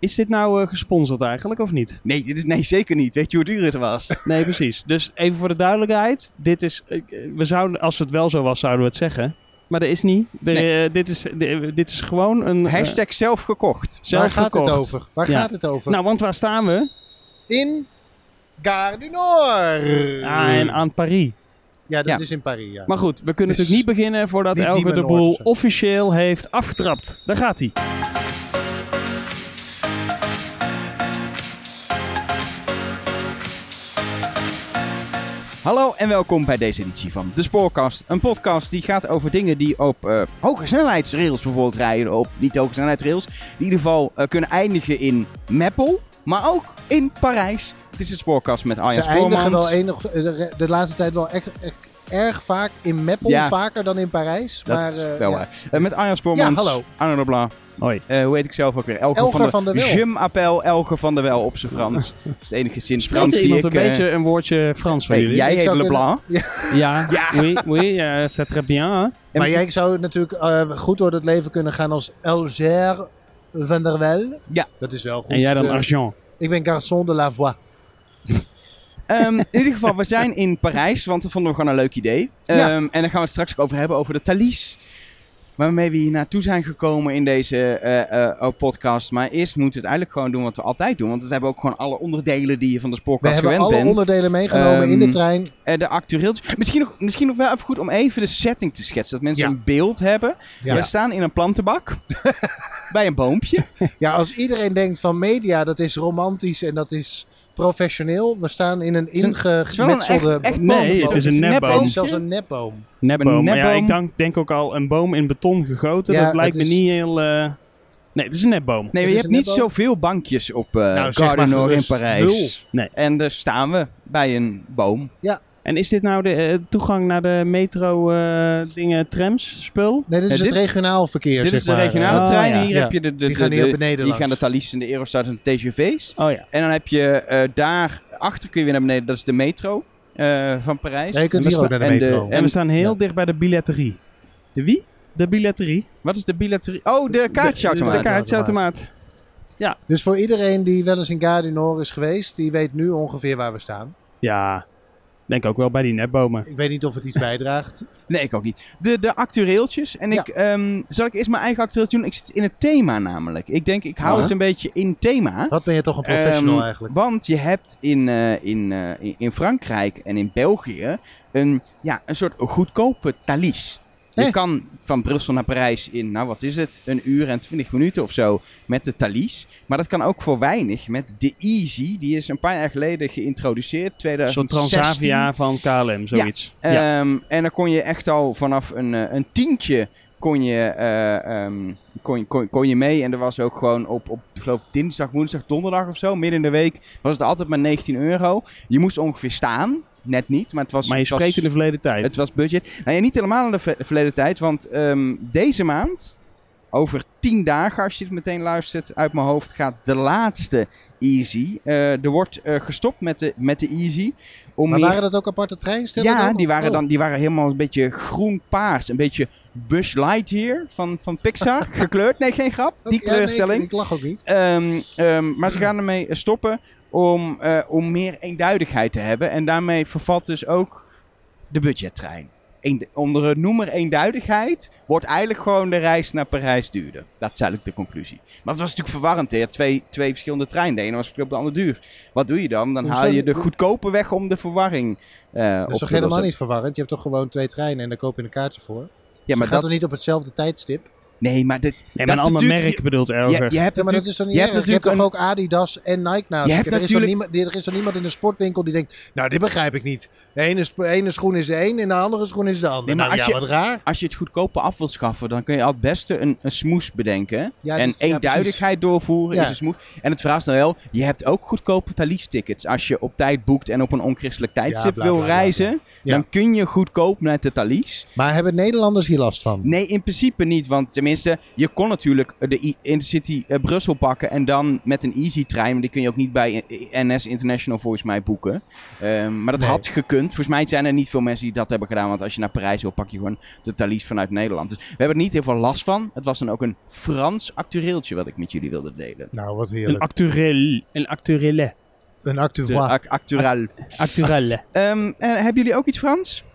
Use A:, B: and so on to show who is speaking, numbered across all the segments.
A: Is dit nou eh, gesponsord eigenlijk of niet?
B: Nee, dit is, nee, zeker niet. Weet je hoe duur het was?
A: Nee, precies. Dus even voor de duidelijkheid. Dit is, eh, we zouden, als het wel zo was, zouden we het zeggen. Maar dat is niet. De,
B: Nee.
A: eh, dit, is, de- dit is gewoon een... eh,
B: Hashtag zelf gekocht.
A: zelf
C: Waar gaat het
A: gekocht.
C: over? Waar
A: Ja.
C: gaat het over?
A: Nou, want waar staan we?
C: In Gare du Nord.
A: Ah, en aan Paris.
C: Ja, dat
B: Ja.
C: is in Paris, ja.
A: Maar goed, we kunnen
C: Dus
A: natuurlijk niet beginnen voordat
C: die
A: Elke de
C: Demon
A: Boel
C: Lords.
A: officieel heeft afgetrapt. Daar gaat hij.
B: Hallo en welkom bij deze editie van De Spoorkast. Een podcast die gaat over dingen die op eh, hoge snelheidsrails bijvoorbeeld rijden. Of niet hoge snelheidsrails. Die in ieder geval eh, kunnen eindigen in Meppel. Maar ook in Parijs. Het is de Spoorkast met Arjan
C: Ze eindigen
B: Spoormans.
C: wel enig, de, de laatste tijd wel echt, echt erg vaak in Meppel,
B: Ja.
C: vaker dan in Parijs.
B: Dat
C: maar,
B: is
C: eh,
B: wel
C: ja.
B: waar. Eh, met Arjan Spoormans.
C: Ja, hallo.
B: Arno de Bla.
A: Hoi.
B: Eh, hoe heet ik zelf ook weer? Elger,
C: Elger van der Wel.
B: Jim Appel Elger van der Wel op zijn Frans. Dat is het enige sinds
A: Spreekt
B: Frans
A: er
B: die
A: iemand
B: ik...
A: een
B: eh,
A: beetje een woordje Frans van
B: hey,
A: jullie?
B: jij
C: Ik
B: heet
C: zou
B: Leblanc.
A: Ja,
B: Ja.
A: oui, oui, eh, c'est très bien. hè?
B: En-
C: Maar jij zou natuurlijk eh, goed door het leven kunnen gaan als Elger van der Wel.
B: Ja.
C: Dat is wel goed.
A: En jij dan
C: Eh,
A: Argent.
C: ik ben Garçon de la Voix.
B: Ehm, in ieder geval, we zijn in Parijs, want dat vonden we gewoon een leuk idee. Ehm,
C: Ja.
B: En daar gaan we het straks ook over hebben, over de Thalys. Waarmee we hier naartoe zijn gekomen in deze eh, eh, podcast. Maar eerst moeten we het eigenlijk gewoon doen wat we altijd doen. Want we hebben ook gewoon alle onderdelen die je van de
C: We
B: spoorkast
C: hebben
B: gewend
C: alle
B: bent.
C: onderdelen meegenomen in de
B: Ehm,
C: trein.
B: Eh, de actueeltjes. Misschien nog, misschien nog wel even goed om even de setting te schetsen. Dat mensen
C: Ja.
B: een beeld hebben.
C: Ja.
B: We staan in een plantenbak. bij een boompje.
C: Ja, als iedereen denkt van media, dat is romantisch en dat is professioneel. We staan in een
B: is een- Het is wel een echt,
C: ingemetselde...
B: echt
A: Nee,
B: boom.
A: het is een
B: nepboom.
C: Het
A: nepboom.
C: is zelfs een nepboom.
A: Nepboom.
B: Een
A: Maar ja,
B: nepboom.
A: ik dank- denk ook al een boom in beton gegoten.
C: Ja,
A: dat lijkt
C: het
A: me
C: is-
A: niet heel... eh, Nee, het is een nepboom.
B: Nee,
C: Het
B: je
C: is
B: hebt
C: een
B: niet
C: nepboom.
B: zoveel bankjes op eh
C: Nou, zeg
B: Gare du
C: maar
B: Nord in
C: gerust
B: Parijs.
C: nul.
A: Nee.
B: En daar staan we bij een boom.
A: En is dit nou de eh, toegang naar de metro eh, dingen, trams, spul?
C: Nee, dit is
B: Ja,
C: het
B: dit-
C: regionaal verkeer,
B: Dit
C: zeg
B: is de
C: maar. eh,
B: regionale
A: Oh,
B: trein.
A: ja.
B: Hier
C: Ja.
B: heb je de, de,
C: Die gaan
B: de-
C: hier
B: de-
C: op beneden
B: Die
C: langs.
B: gaan de Thalys en de Eurostars en de TGV's.
A: Oh ja.
B: En dan heb je eh, daar achter kun je weer naar beneden. Dat is de metro eh, van Parijs.
C: Ja, je kunt
B: En
C: hier
B: we
C: ook naar de
B: en
C: metro.
A: En we staan heel dicht bij de billetterie.
B: De wie?
A: De billetterie.
B: Wat is de bilaterie? Oh, de
A: De, de
B: kaartjesautomaat.
A: kaartjesautomaat.
C: Dus voor iedereen die wel eens in Gare du Nord is geweest, die weet nu ongeveer waar we staan.
A: Ja, denk ook wel bij die nepbomen.
C: Ik weet niet of het iets bijdraagt.
B: Nee, ik ook niet. De, de actueeltjes. En
C: Ja.
B: ik, ehm, zal ik eerst mijn eigen actueeltje doen? Ik zit in het thema namelijk. Ik denk, ik hou
C: Ja.
B: het een beetje in thema.
C: Wat ben je toch een professional
B: Ehm,
C: eigenlijk?
B: Want je hebt in, eh, in, eh, in- in Frankrijk en in België een, ja, een soort goedkope thalys. Je
C: Hè?
B: kan van Brussel naar Parijs in, nou wat is het, een uur en twintig minuten of zo met de thalys. Maar dat kan ook voor weinig met de Easy. Die is een paar jaar geleden geïntroduceerd,
A: Zo'n
B: 2016.
A: Transavia van KLM, zoiets. Ja.
B: Ehm, En dan kon je echt al vanaf een, eh, een tientje kon je, eh, ehm, kon, kon, kon je mee. En er was ook gewoon op, op ik geloof dinsdag, woensdag, donderdag of zo, midden in de week, was het altijd maar 19 euro. Je moest ongeveer staan. Net niet, maar het was...
A: Maar je
B: het was-
A: spreekt in de verleden tijd.
B: het was budget. Nou ja, niet helemaal in de ver- verleden tijd, want ehm, deze maand, over tien dagen, als je het meteen luistert, uit mijn hoofd gaat de laatste Easy. Eh, er wordt eh, gestopt met de, met de Easy. Om
C: maar
B: meer-
C: waren dat ook aparte treinstellen
B: ja,
C: dan?
B: die
C: Of-
B: waren,
C: oh.
B: dan, die waren helemaal een beetje groen-paars. Een beetje Buzz Lightyear van, van Pixar gekleurd. Nee, geen grap. Die
C: Oké, Oh, ja, nee,
B: kleurstelling.
C: ik, ik lach ook niet.
B: Ehm, ehm, maar ze gaan ermee stoppen om, eh, om meer eenduidigheid te hebben. En daarmee vervalt dus ook de budgettrein. Eend- onder het noemer eenduidigheid wordt eigenlijk gewoon de reis naar Parijs duurder. Dat is eigenlijk de conclusie. Maar het was natuurlijk verwarrend. hè. Je had twee, twee verschillende treinen. De ene was goedkoop, de andere duur. Wat doe je dan? Dan
C: Hoezo
B: haal je de
C: niet?
B: goedkope weg om de verwarring eh
C: Dat
B: op
C: is
B: te
C: toch helemaal
B: lossen.
C: niet verwarrend? Je hebt toch gewoon twee treinen en daar koop je een kaartje voor?
B: Ja, maar
C: gaat
B: dat...
C: toch niet op hetzelfde tijdstip?
B: Nee, maar dit...
A: nee, maar
B: dat is
A: een ander
B: natuurlijk-
A: merk bedoelt
B: Je,
A: Elger.
B: je hebt
C: Ja, maar dat
B: natuurlijk...
C: is toch niet
B: je
C: erg?
B: hebt
C: je hebt toch
B: natuurlijk
C: ook Adidas en Nike naast
B: Je
C: je?
B: hebt
C: er, is toch
B: natuurlijk-
C: niemand, er is toch niemand in de sportwinkel die denkt... Nou, dit begrijp ik niet. De ene, sp- ene schoen is de een en de andere schoen is de ander.
B: Nee, maar
C: nou,
B: als
C: ja,
B: je-
C: wat raar.
B: Als je het goedkope af wilt schaffen, dan kun je al het beste een, een smoes bedenken.
C: Ja,
B: en
C: dus- ja,
B: eenduidigheid doorvoeren
C: Ja.
B: is een smoes. En het verhaal is dan wel, je hebt ook goedkope Thalys-tickets. Als je op tijd boekt en op een onchristelijk tijdstip
C: bla,
B: wil
C: bla, bla,
B: reizen,
C: Ja.
B: dan kun je goedkoop naar de Thalys.
C: Maar hebben Nederlanders hier last van?
B: Nee, in principe niet, want tenminste, Tenminste, je kon natuurlijk de I- Intercity eh, Brussel pakken en dan met een easy trein. Maar die kun je ook niet bij eh, NS International volgens mij boeken. Ehm, maar dat
C: Nee.
B: had gekund. Volgens mij zijn er niet veel mensen die dat hebben gedaan. Want als je naar Parijs wil, pak je gewoon de Thalys vanuit Nederland. Dus we hebben er niet heel veel last van. Het was dan ook een Frans actueeltje wat ik met jullie wilde delen.
C: Nou, wat
A: Een
C: heerlijk.
A: acturel. Een acturelle.
C: Een
B: De
C: actueel.
B: ac- actueel.
A: Acturelle.
B: Ehm, eh, hebben jullie ook iets Frans?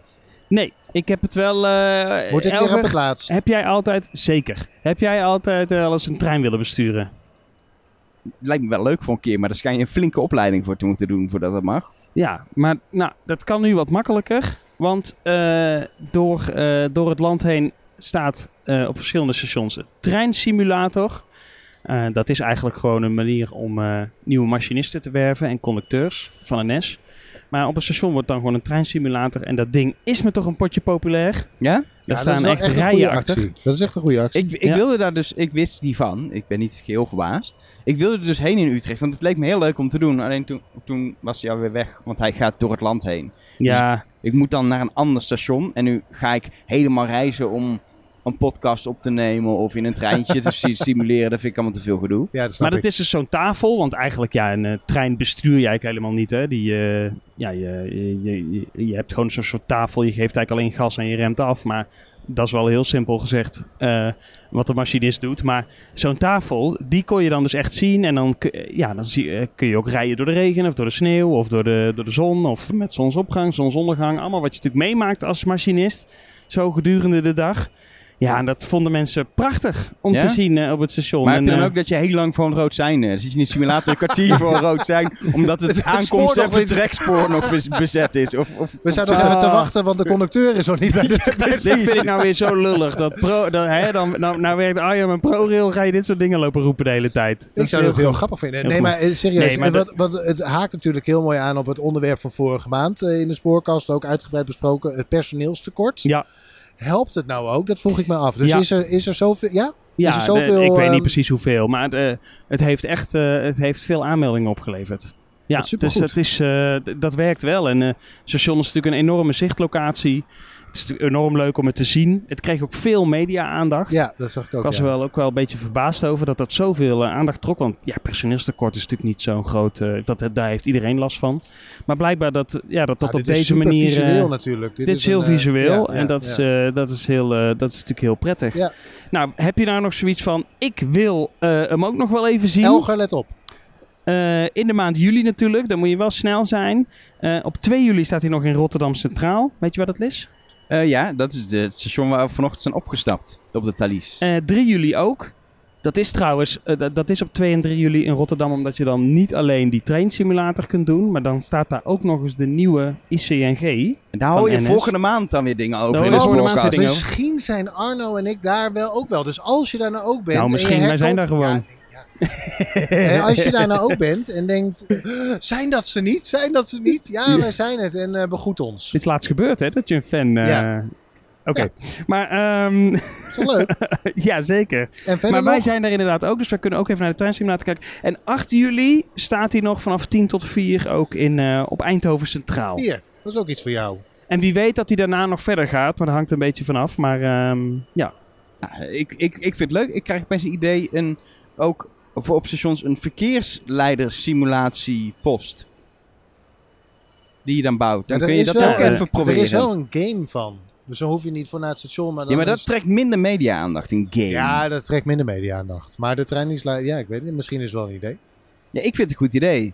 A: Nee, ik heb het wel... eh,
C: Word ik weer
A: Elger,
C: aan geplaatst?
A: heb jij altijd... Zeker. Heb jij altijd eh, wel eens een trein willen besturen?
B: Lijkt me wel leuk voor een keer, maar daar schijn je een flinke opleiding voor te moeten doen voordat dat mag.
A: Ja, maar nou, dat kan nu wat makkelijker. Want eh, door, eh, door het land heen staat eh, op verschillende stations een treinsimulator. Eh, dat is eigenlijk gewoon een manier om eh, nieuwe machinisten te werven en conducteurs van een NS. Maar op een station wordt dan gewoon een treinsimulator. En dat ding is me toch een potje populair. Daar
B: Ja?
C: Ja, dat is
A: staan
C: wel
A: echt
C: een goede
A: rijen achter.
C: actie. Dat is echt een goede actie.
B: Ik, ik
A: Ja.
B: wilde daar dus, ik wist die van, ik ben niet geheel verbaasd. Ik wilde er dus heen in Utrecht, want het leek me heel leuk om te doen. Alleen toen, toen was hij alweer weg, want hij gaat door het land heen.
C: Dus
A: Ja,
B: Ik moet dan naar een ander station en nu ga ik helemaal reizen om een podcast op te nemen of in een treintje te si- simuleren. Dat vind ik allemaal te veel gedoe.
C: ja, dat snap
A: maar dat
C: ik.
A: is dus zo'n tafel. Want eigenlijk, ja, een eh, trein bestuur je eigenlijk helemaal niet. Hè? Die, eh, ja, je, je, je- je, je hebt gewoon zo'n soort tafel. Je geeft eigenlijk alleen gas en je remt af. Maar dat is wel heel simpel gezegd eh, wat de machinist doet. Maar zo'n tafel, die kon je dan dus echt zien. En dan, kun- ja, dan zie, eh, kun je ook rijden door de regen of door de sneeuw of door de, door de zon. Of met zonsopgang, zonsondergang. Allemaal wat je natuurlijk meemaakt als machinist. Zo gedurende de dag. Ja, en dat vonden mensen prachtig om
B: Ja?
A: te zien eh, op het station.
B: Maar
A: En,
B: heb je dan
A: eh,
B: ook dat je heel lang voor een rood sein eh, Dan zit je in een simulator een kwartier voor een rood sein, omdat het aankomst
C: nog
B: en het
C: niet-
B: trekspoor nog bez- bezet is. Of, of,
C: We zijn nog
A: Ah.
C: even te wachten, want de conducteur is nog niet bij de trein.
A: Dit vind ik nou weer zo lullig. Dat pro, dat, hè, dan, nou, nou werkt Arjan en ProRail, ga je dit soort dingen lopen roepen de hele tijd.
C: Ik
A: is
C: zou
A: heel
C: dat heel
A: goed.
C: grappig vinden.
A: Heel
C: nee,
A: goed.
C: maar eh, serieus.
A: Nee, maar
C: eh, wat, wat, het haakt natuurlijk heel mooi aan op het onderwerp van vorige maand eh, in de spoorkast. Ook uitgebreid besproken. Het personeelstekort.
A: Ja.
C: Helpt het nou ook? Dat vroeg ik me af. Dus
A: Ja.
C: is, er, is er zoveel... Ja?
A: Ja,
C: er zoveel,
A: de- ik weet
C: ehm,
A: niet precies hoeveel, maar de- het heeft echt eh, het heeft veel aanmeldingen opgeleverd. Ja,
C: Dat is
A: dus
C: supergoed.
A: dat, is, eh, d- dat werkt wel. En eh, het station is natuurlijk een enorme zichtlocatie. Het is natuurlijk enorm leuk om het te zien. Het kreeg ook veel media-aandacht.
C: Ja, dat zag ik ook.
A: Ik was
C: ja.
A: er wel ook wel een beetje verbaasd over dat dat zoveel eh, aandacht trok. Want ja, personeelstekort is natuurlijk niet zo'n groot. eh, dat, daar heeft iedereen last van. Maar blijkbaar dat eh, ja, dat, dat
C: Ja,
A: op
C: Nou, Ah, dit is
A: deze
C: super
A: manier. eh,
C: visueel natuurlijk.
A: dit is heel
C: een, eh,
A: visueel
C: ja,
A: en
C: ja,
A: dat,
C: ja.
A: is, eh, dat, is heel, eh, dat is natuurlijk heel prettig.
C: Ja.
A: Nou, heb je nou nog zoiets van, ik wil eh, hem ook nog wel even zien.
C: Elger, let op.
A: Eh, in de maand juli natuurlijk, dan moet je wel snel zijn. Eh, op 2 juli staat hij nog in Rotterdam Centraal. Weet je waar dat is?
B: Eh, ja, dat is de, het station waar we vanochtend zijn opgestapt, op de Thalys.
A: Eh 3 juli ook. Dat is trouwens, eh, dat- dat is op 2 en 3 juli in Rotterdam, omdat je dan niet alleen die trainsimulator kunt doen, maar dan staat daar ook nog eens de nieuwe ICNG.
B: En daar
A: Van
B: hou Nou, je
A: NS.
B: volgende maand dan weer dingen over.
A: Nou,
B: in
A: dat
B: de
A: is voor de maand weer dingen
B: podcast.
A: over.
C: Misschien zijn Arno en ik daar wel ook wel. Dus als je daar nou ook
A: Nou,
C: bent... en je
A: misschien, wij zijn
C: herkoopt-
A: daar gewoon.
C: Ja, nee, ja. Hè, als je daar nou ook bent en denkt... "Eh, Zijn dat ze niet? Zijn dat ze niet? Ja, wij zijn het en eh, begroet ons.
A: Dit is laatst gebeurd, hè? Dat je een fan... eh,
C: Ja.
A: Oké, maar ehm
C: Is toch leuk?
A: ja, zeker.
C: En verder
A: maar wij
C: nog?
A: zijn daar inderdaad ook, dus wij kunnen ook even naar de treinsimulator kijken. En 8 juli staat hij nog vanaf 10 tot 4 ook in, eh, op Eindhoven Centraal.
C: Hier, dat is ook iets voor jou.
A: En wie weet dat hij daarna nog verder gaat, maar dat hangt een beetje vanaf. Maar ehm, ja,
B: Ja, ik, ik, ik vind het leuk. Ik krijg opeens een idee, een, ook voor op stations, een verkeersleidersimulatiepost. Die je dan bouwt. Dan
C: Maar
B: kun
C: er
B: je
C: is
B: dat ook
A: wel-
B: even
C: Er
B: proberen.
C: is wel een game van. Dus dan hoef je niet voor naar het station. Maar dan
B: ja, maar dat
C: is-
B: trekt minder media-aandacht in game. Ja.
C: ja, dat trekt minder media-aandacht. Maar de trein is... la- Ja, ik weet het niet. Misschien is het wel een idee.
B: ik vind het een goed idee.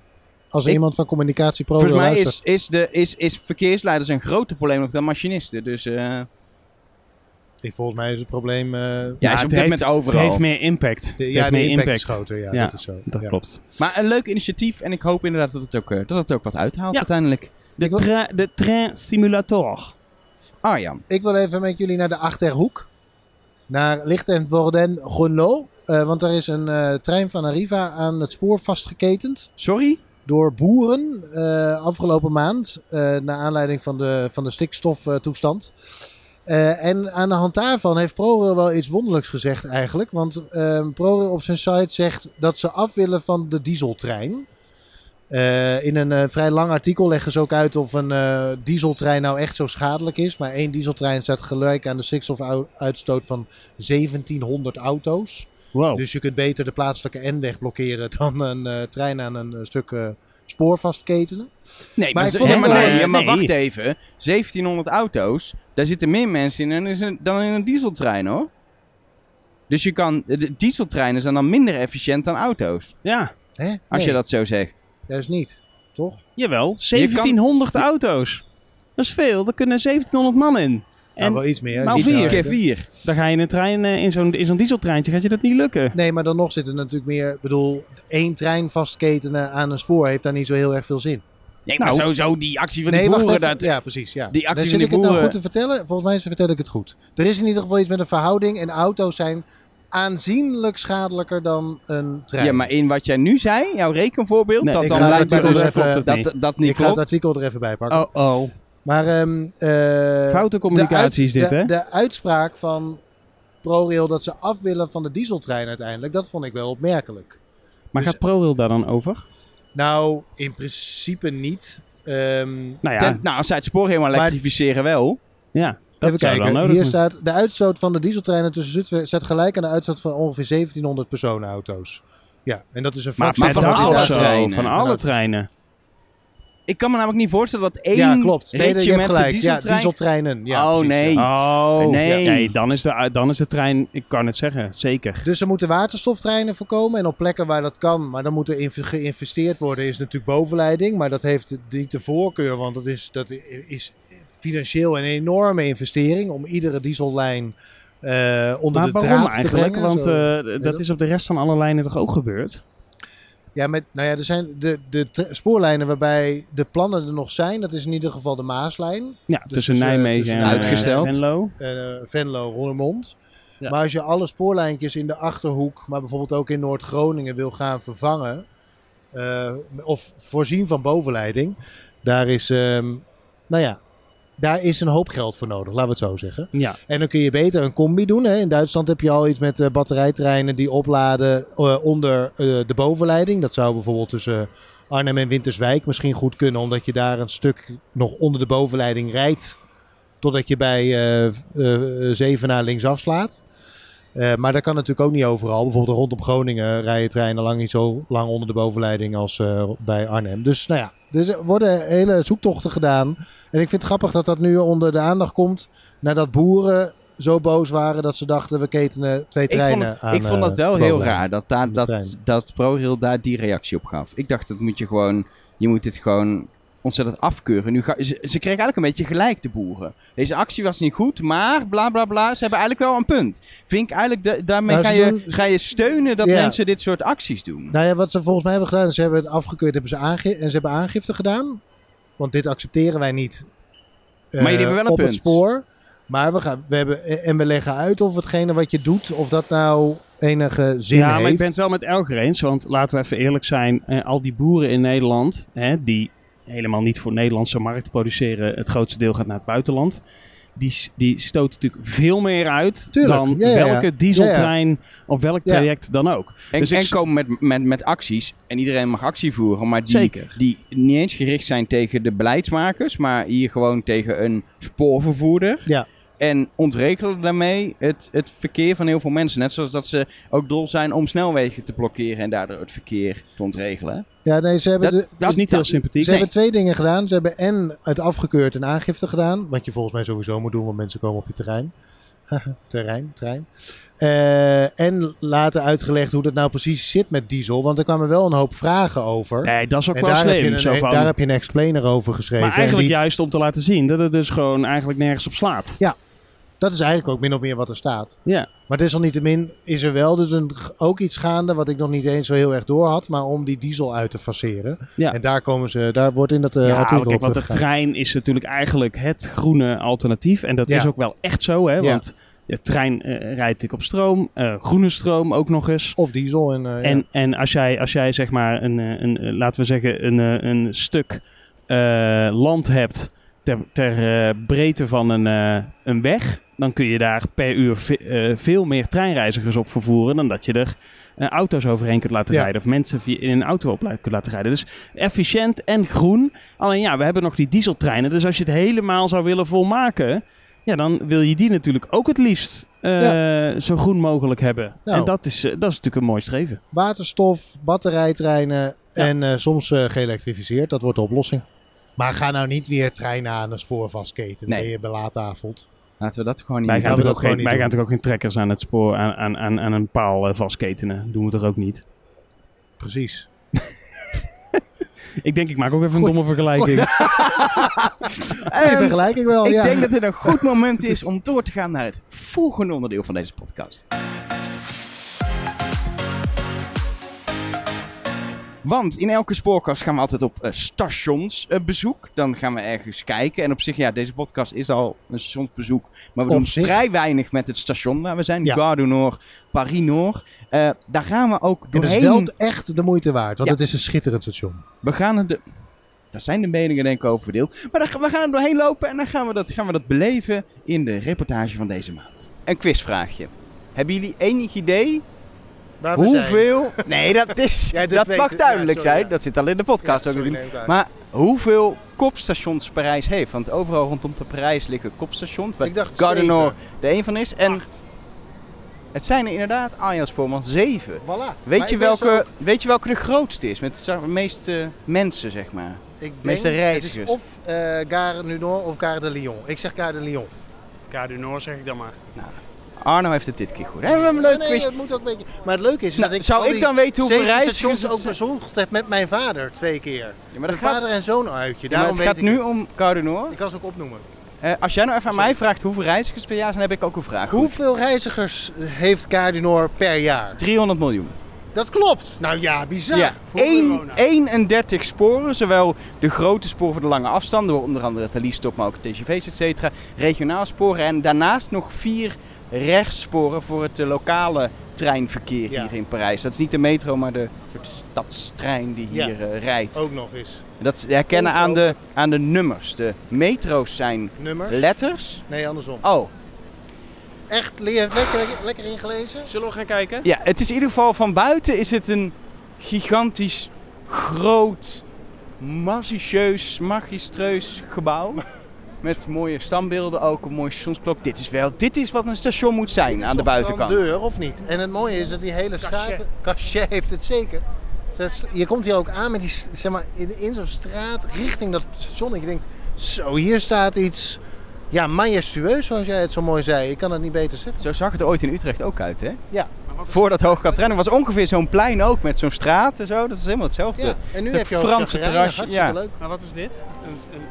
C: Als er
B: Ik-
C: iemand van communicatie pro wil
B: Volgens mij
C: luisteren.
B: is, is, de, is, is verkeersleiders een groter probleem nog dan machinisten. Dus eh,
C: Ik- Volgens mij is het probleem... eh,
B: ja, is
A: het
B: op dit
A: heeft-
B: moment
A: het
B: overal.
A: heeft meer impact. Het
C: de,
A: heeft
C: ja, de
A: meer
C: impact, is groter. Ja,
A: Ja,
C: dat is zo.
A: Dat
C: Ja.
A: klopt.
B: Maar een leuk initiatief. En ik hoop inderdaad dat het ook, eh, dat het ook wat uithaalt
A: Ja.
B: uiteindelijk.
A: De,
C: Ik wil-
A: tra- de treinsimulator.
B: Arjan.
C: Ik wil even met jullie naar de Achterhoek. Naar Lichtenvoorden Groenlo. Eh want daar is een eh, trein van Arriva aan het spoor vastgeketend.
B: Sorry?
C: Door boeren eh, afgelopen maand. eh, naar aanleiding van de, van de stikstoftoestand. Eh, en aan de hand daarvan heeft ProRail wel iets wonderlijks gezegd eigenlijk. ehm, Want eh, ProRail op zijn site zegt dat ze af willen van de dieseltrein. Eh, in een eh, vrij lang artikel leggen ze ook uit of een eh, dieseltrein nou echt zo schadelijk is. Maar één dieseltrein staat gelijk aan de stikstofuitstoot van 1700 auto's.
B: Oh.
A: Wow.
C: Dus je kunt beter de plaatselijke N-weg blokkeren dan een eh, trein aan een eh, stuk eh, spoor vastketenen.
A: nee,
C: maar ik
A: ze-
C: vond
B: Ja,
A: ja,
C: het
B: Dus maar,
C: wel-
B: nee, ja, maar
A: eh, nee.
B: wacht even. 1700 auto's, daar zitten meer mensen in dan in een- dan in een dieseltrein hoor. Dus je kan, de dieseltreinen zijn dan minder efficiënt dan auto's.
A: Ja,
C: Hè?
B: Als
C: Nee,
B: je dat zo zegt.
C: Juist niet, toch?
A: jawel. 1700 auto's. Dat is veel. Daar kunnen 1700 man in.
C: nou,
A: En
C: wel iets meer.
A: maar
C: Iets
A: vier.
C: meer.
B: Keer vier.
A: dan ga je in een trein, eh, in zo'n in zo'n dieseltreintje, gaat je dat niet lukken.
C: Nee, maar dan nog zit er natuurlijk meer... Ik bedoel, één trein vastketenen aan een spoor heeft daar niet zo heel erg veel zin.
B: Nee,
A: Nou.
B: maar sowieso die actie van die
C: nee, wacht
B: boeren.
C: even.
B: Dat,
C: Ja, precies. Ja.
B: die actie
C: Nee,
B: van
C: zit
B: die
C: ik het nou
B: boeren-
C: goed te vertellen? Volgens mij vertel ik het goed. Er is in ieder geval iets met een verhouding en auto's zijn aanzienlijk schadelijker dan een trein.
B: Ja, maar in wat jij nu zei, jouw rekenvoorbeeld,
A: Nee,
B: dat
A: ik
B: dan
C: ga het
B: blijkbaar
C: artikel
B: dus
C: even-
B: klopt het
A: dat-
B: niet. dat, dat niet
C: ik ga het
B: klopt.
C: artikel er even bij pakken.
A: Oh, oh.
C: Maar ehm, eh,
A: Foute communicatie is
C: de
A: dit,
C: uit-
A: hè?
C: De, de uitspraak van ProRail dat ze af willen van de dieseltrein uiteindelijk, dat vond ik wel opmerkelijk.
A: Maar
C: Dus-
A: gaat ProRail daar dan over?
C: Nou, in principe niet. Ehm,
A: Nou ja,
B: Ten- nou, als zij het spoor helemaal
C: Maar-
B: elektrificeren wel.
A: ja dat
C: even
A: zou wel
C: kijken,
A: nodig
C: hier
A: moeten.
C: staat de uitstoot van de dieseltreinen tussen Zutphen staat gelijk aan de uitstoot van ongeveer 1700 personenauto's. Ja, en dat is een
A: Maar,
C: fractie
B: maar
A: van,
C: wat
B: van
C: je
A: alle
B: alle
C: daar-
A: treinen.
B: treinen.
A: Van alle treinen.
B: Ik kan me namelijk niet voorstellen dat één
C: Ja, klopt. Nee, nee, je hebt
B: regiment
C: gelijk.
B: dieseltrein...
C: Ja, dieseltreinen. Ja,
B: Oh,
C: precies, ja.
B: nee.
A: Oh,
B: Nee.
A: nee dan, is de, dan is de trein, ik kan het zeggen, zeker.
C: Dus er moeten waterstoftreinen voorkomen en op plekken waar dat kan, maar dan moet er in geïnvesteerd worden, is natuurlijk bovenleiding. Maar dat heeft niet de voorkeur, want dat is, dat is financieel een enorme investering om iedere diesellijn eh, onder
A: Maar
C: de
A: waarom
C: draad te
A: eigenlijk?
C: brengen.
A: Want
C: zo.
A: eh, dat is op de rest van alle lijnen toch ook gebeurd?
C: Ja, met, nou ja, er zijn de, de tra- spoorlijnen waarbij de plannen er nog zijn, dat is in ieder geval de Maaslijn.
A: Ja,
C: Dus
A: tussen
C: tussen-
A: Nijmegen
C: tussen
A: en eh,
B: Uitgesteld.
A: Venlo.
C: eh Venlo, Roermond.
A: Ja.
C: Maar als je alle spoorlijntjes in de Achterhoek, maar bijvoorbeeld ook in Noord-Groningen wil gaan vervangen, eh, of voorzien van bovenleiding, daar is, ehm, nou ja, daar is een hoop geld voor nodig, laten we het zo zeggen.
A: Ja,
C: En dan kun je beter een combi doen. Hè. In Duitsland heb je al iets met eh, batterijtreinen die opladen eh, onder eh, de bovenleiding. Dat zou bijvoorbeeld tussen Arnhem en Winterswijk misschien goed kunnen, omdat je daar een stuk nog onder de bovenleiding rijdt. Totdat je bij eh eh Zevenaar links afslaat. Eh, maar dat kan natuurlijk ook niet overal. Bijvoorbeeld rondom Groningen rijden treinen lang niet zo lang onder de bovenleiding als eh, bij Arnhem. Dus nou ja, dus er worden hele zoektochten gedaan. En ik vind het grappig dat dat nu onder de aandacht komt. Nadat boeren zo boos waren dat ze dachten we ketenen twee
B: Ik vond,
C: treinen
B: het-
C: aan.
B: ik vond dat
C: eh,
B: wel heel
C: bovenleiding.
B: raar dat, daar,
C: de
B: dat,
C: trein.
B: dat ProRail daar die reactie op gaf. Ik dacht, dat moet je gewoon, je moet dit gewoon ontzettend afkeuren. Nu ga, ze, ze kregen eigenlijk een beetje gelijk, de boeren. Deze actie was niet goed, maar bla bla bla, ze hebben eigenlijk wel een punt. Vind ik eigenlijk, da- daarmee
C: Nou,
B: ga,
C: ze
B: je,
C: doen-
B: ga je steunen dat
C: Ja.
B: mensen dit soort acties doen.
C: Nou ja, wat ze volgens mij hebben gedaan, ze hebben het afgekeurd hebben ze aangi- en ze hebben aangifte gedaan. Want dit accepteren wij niet. eh,
B: Maar jullie hebben wel een
C: op het
B: punt.
C: spoor. Maar we gaan, we hebben, en we leggen uit of hetgene wat je doet, of dat nou enige zin
A: ja
C: heeft.
A: maar ik ben het wel met Elger eens. Want laten we even eerlijk zijn. eh, al die boeren in Nederland, hè, die helemaal niet voor Nederlandse markt produceren. Het grootste deel gaat naar het buitenland. Die, s- die stoten natuurlijk veel meer uit
C: Tuurlijk,
A: dan
C: ja, ja, ja.
A: welke dieseltrein of welk
C: Ja.
A: traject dan ook.
B: En,
A: Dus ik
B: en
A: s-
B: komen met, met, met acties. En iedereen mag actie voeren. Maar die,
A: Zeker.
B: die niet eens gericht zijn tegen de beleidsmakers. Maar hier gewoon tegen een spoorvervoerder.
C: Ja.
B: En ontregelen daarmee het, het verkeer van heel veel mensen. Net zoals dat ze ook dol zijn om snelwegen te blokkeren. En daardoor het verkeer te ontregelen.
C: Ja, nee, ze hebben
B: Dat-
C: de-
A: Dat is niet heel sympathiek.
C: Ze hebben twee dingen gedaan. Ze hebben en het afgekeurd en aangifte gedaan. Wat je volgens mij sowieso moet doen, want mensen komen op je terrein. terrein, trein. Eh, en later uitgelegd hoe dat nou precies zit met diesel. Want er kwamen wel een hoop vragen over.
A: Nee, dat is ook
C: en
A: wel
C: daar heb, je
A: slim. Zo
C: een, e-
A: van,
C: daar heb je een explainer over geschreven.
A: maar
C: En
A: eigenlijk
C: die-
A: juist om te laten zien dat het dus gewoon eigenlijk nergens op slaat.
C: Dat is eigenlijk ook min of meer wat er staat.
A: Ja.
C: Maar desalniettemin is er wel dus een, ook iets gaande wat ik nog niet eens zo heel erg door had. Maar om die diesel uit te faceren.
A: Ja.
C: En daar, komen ze, daar wordt in dat eh,
A: ja,
C: artikel
A: kijk,
C: op
A: want de
C: teruggegaan.
A: trein is natuurlijk eigenlijk het groene alternatief. En dat
C: Ja.
A: is ook wel echt zo, hè?
C: Ja.
A: Want de trein eh, rijdt natuurlijk op stroom, eh, groene stroom ook nog eens.
C: Of diesel. En, eh, ja.
A: En, en als, jij, als jij zeg maar een, eh, een eh, laten we zeggen, een, eh, een stuk eh, land hebt ter, ter eh, breedte van een, eh, een weg, dan kun je daar per uur ve- eh, veel meer treinreizigers op vervoeren dan dat je er eh, auto's overheen kunt laten
C: Ja.
A: rijden. Of mensen via- in een auto op la- kunt laten rijden. Dus efficiënt en groen. Alleen ja, we hebben nog die dieseltreinen. Dus als je het helemaal zou willen volmaken... Ja, dan wil je die natuurlijk ook het liefst eh, zo groen mogelijk hebben.
C: Nou.
A: En dat is, eh, dat is natuurlijk een mooi streven.
C: Waterstof, batterijtreinen en eh, soms eh, geëlektrificeerd. Dat wordt de oplossing. Maar ga nou niet weer treinen aan een spoor vastketen.
B: Nee.
C: Nee, je bij late avond.
B: Laten we dat gewoon niet
A: Wij gaan,
C: we
B: doen.
A: toch
C: dat
A: ook geen, wij
C: gewoon niet doen.
A: gaan toch ook geen trekkers aan het spoor aan, aan, aan, aan een paal eh, vastketenen. Doen we toch ook niet.
C: Precies.
A: Ik denk, ik maak ook even een domme vergelijking.
C: Die
B: Ehm,
C: vergelijk ik wel.
B: ik
C: ja.
B: denk dat dit een goed moment is om door te gaan naar het volgende onderdeel van deze podcast. Want in elke spoorkast gaan we altijd op eh, stations eh, bezoek. Dan gaan we ergens kijken. En op zich, ja, deze podcast is al een stationsbezoek. Maar we
C: Op
B: doen
C: zich.
B: vrij weinig met het station waar we zijn.
C: Ja.
B: Gare du Nord, Paris Nord. Eh, daar gaan we ook
C: En dat is
B: doorheen.
C: wel echt de moeite waard, want
B: Ja.
C: het is een schitterend station.
B: We gaan er de... Daar zijn de meningen denk ik over verdeeld. Maar dan, gaan- we gaan er doorheen lopen en dan gaan we, dat, gaan we dat beleven in de reportage van deze maand. Een quizvraagje. Hebben jullie enig idee hoeveel... Nee, dat, is,
C: Ja, dat
B: dat
C: weet
B: mag
C: ik. Ja,
B: duidelijk
C: sorry,
B: zijn.
C: ja.
B: Dat zit al in de podcast ook natuurlijk. Maar hoeveel kopstations Parijs heeft? Want overal rondom de Parijs liggen kopstations. Waar
C: Ik dacht
B: Gare du
C: zeven.
B: Nord de een van is. En het zijn er inderdaad, Arjan Spoorman, zeven. Weet je, welke, weet je welke de grootste is? Met de meeste mensen, zeg maar.
C: ik
B: meeste
C: denk, het is
B: reizigers?
C: Of eh, Gare du Nord of Gare de Lyon. Ik zeg Gare de Lyon.
A: Kadu Noor zeg ik dan maar.
B: Arno heeft het dit keer goed. Hebben we een leuk
C: nee,
B: quiz?
C: het moet ook een beetje. Maar het leuke is
B: Nou,
C: dat ik
B: zou
C: al
B: ik
C: die
B: dan weten hoeveel
C: zeven
B: reizigers
C: stations ook
B: het
C: bezocht heb met mijn vader twee keer.
B: Ja, maar
C: Mijn
B: dat gaat,
C: vader en zoon
B: ja, maar
C: uitje. Daarom
B: het gaat
C: weet ik
B: nu om Koude Noor.
C: Ik kan ze ook opnoemen.
B: Eh, als jij nou even aan
C: Sorry.
B: mij vraagt hoeveel reizigers per jaar zijn, heb ik ook een vraag. Goed.
C: Hoeveel reizigers heeft Gare du Nord per jaar?
B: 300 miljoen.
C: Dat klopt. Nou ja, bizar.
B: Ja,
C: Voor
B: één,
C: corona.
B: 31 sporen, zowel de grote sporen voor de lange afstanden, waar onder andere Thalys-stop, maar ook TGV's, et cetera, regionaal sporen en daarnaast nog vier rechtssporen voor het eh, lokale treinverkeer
C: Ja.
B: hier in Parijs. Dat is niet de metro, maar de soort stadstrein die
C: Ja. Oh.
B: hier eh, rijdt.
C: Ook nog eens.
B: Dat herkennen aan de, aan de nummers. De metro's zijn
C: Nummers?
B: letters.
C: nee, andersom.
B: Oh,
C: Echt leer, lekker, lekker ingelezen?
A: Zullen we gaan kijken?
B: ja, het is in ieder geval van buiten is het een gigantisch groot, magistreus, magistreus gebouw. Met mooie standbeelden ook, een mooie stationsklok. Dit is wel, dit is wat een station moet zijn aan de buitenkant.
C: Een deur of niet? En het mooie is dat die hele straat... Cachet heeft het zeker. Dus Je komt hier ook aan met die, st- zeg maar, in, in zo'n straat richting dat station. En je denkt, zo, hier staat iets... Ja, majestueus, zoals jij het zo mooi zei. Ik kan het niet beter zeggen.
B: Zo zag het er ooit in Utrecht ook uit, hè?
C: Ja.
B: Voordat Hoogkaterijn was ongeveer zo'n plein ook, met zo'n straat en zo. Dat is helemaal hetzelfde.
C: Ja, en nu
B: de
C: heb je ook
B: Franse
C: een gereinigd,
B: terrasje,
C: hartstikke
B: ja.
C: leuk.
A: Maar wat is dit?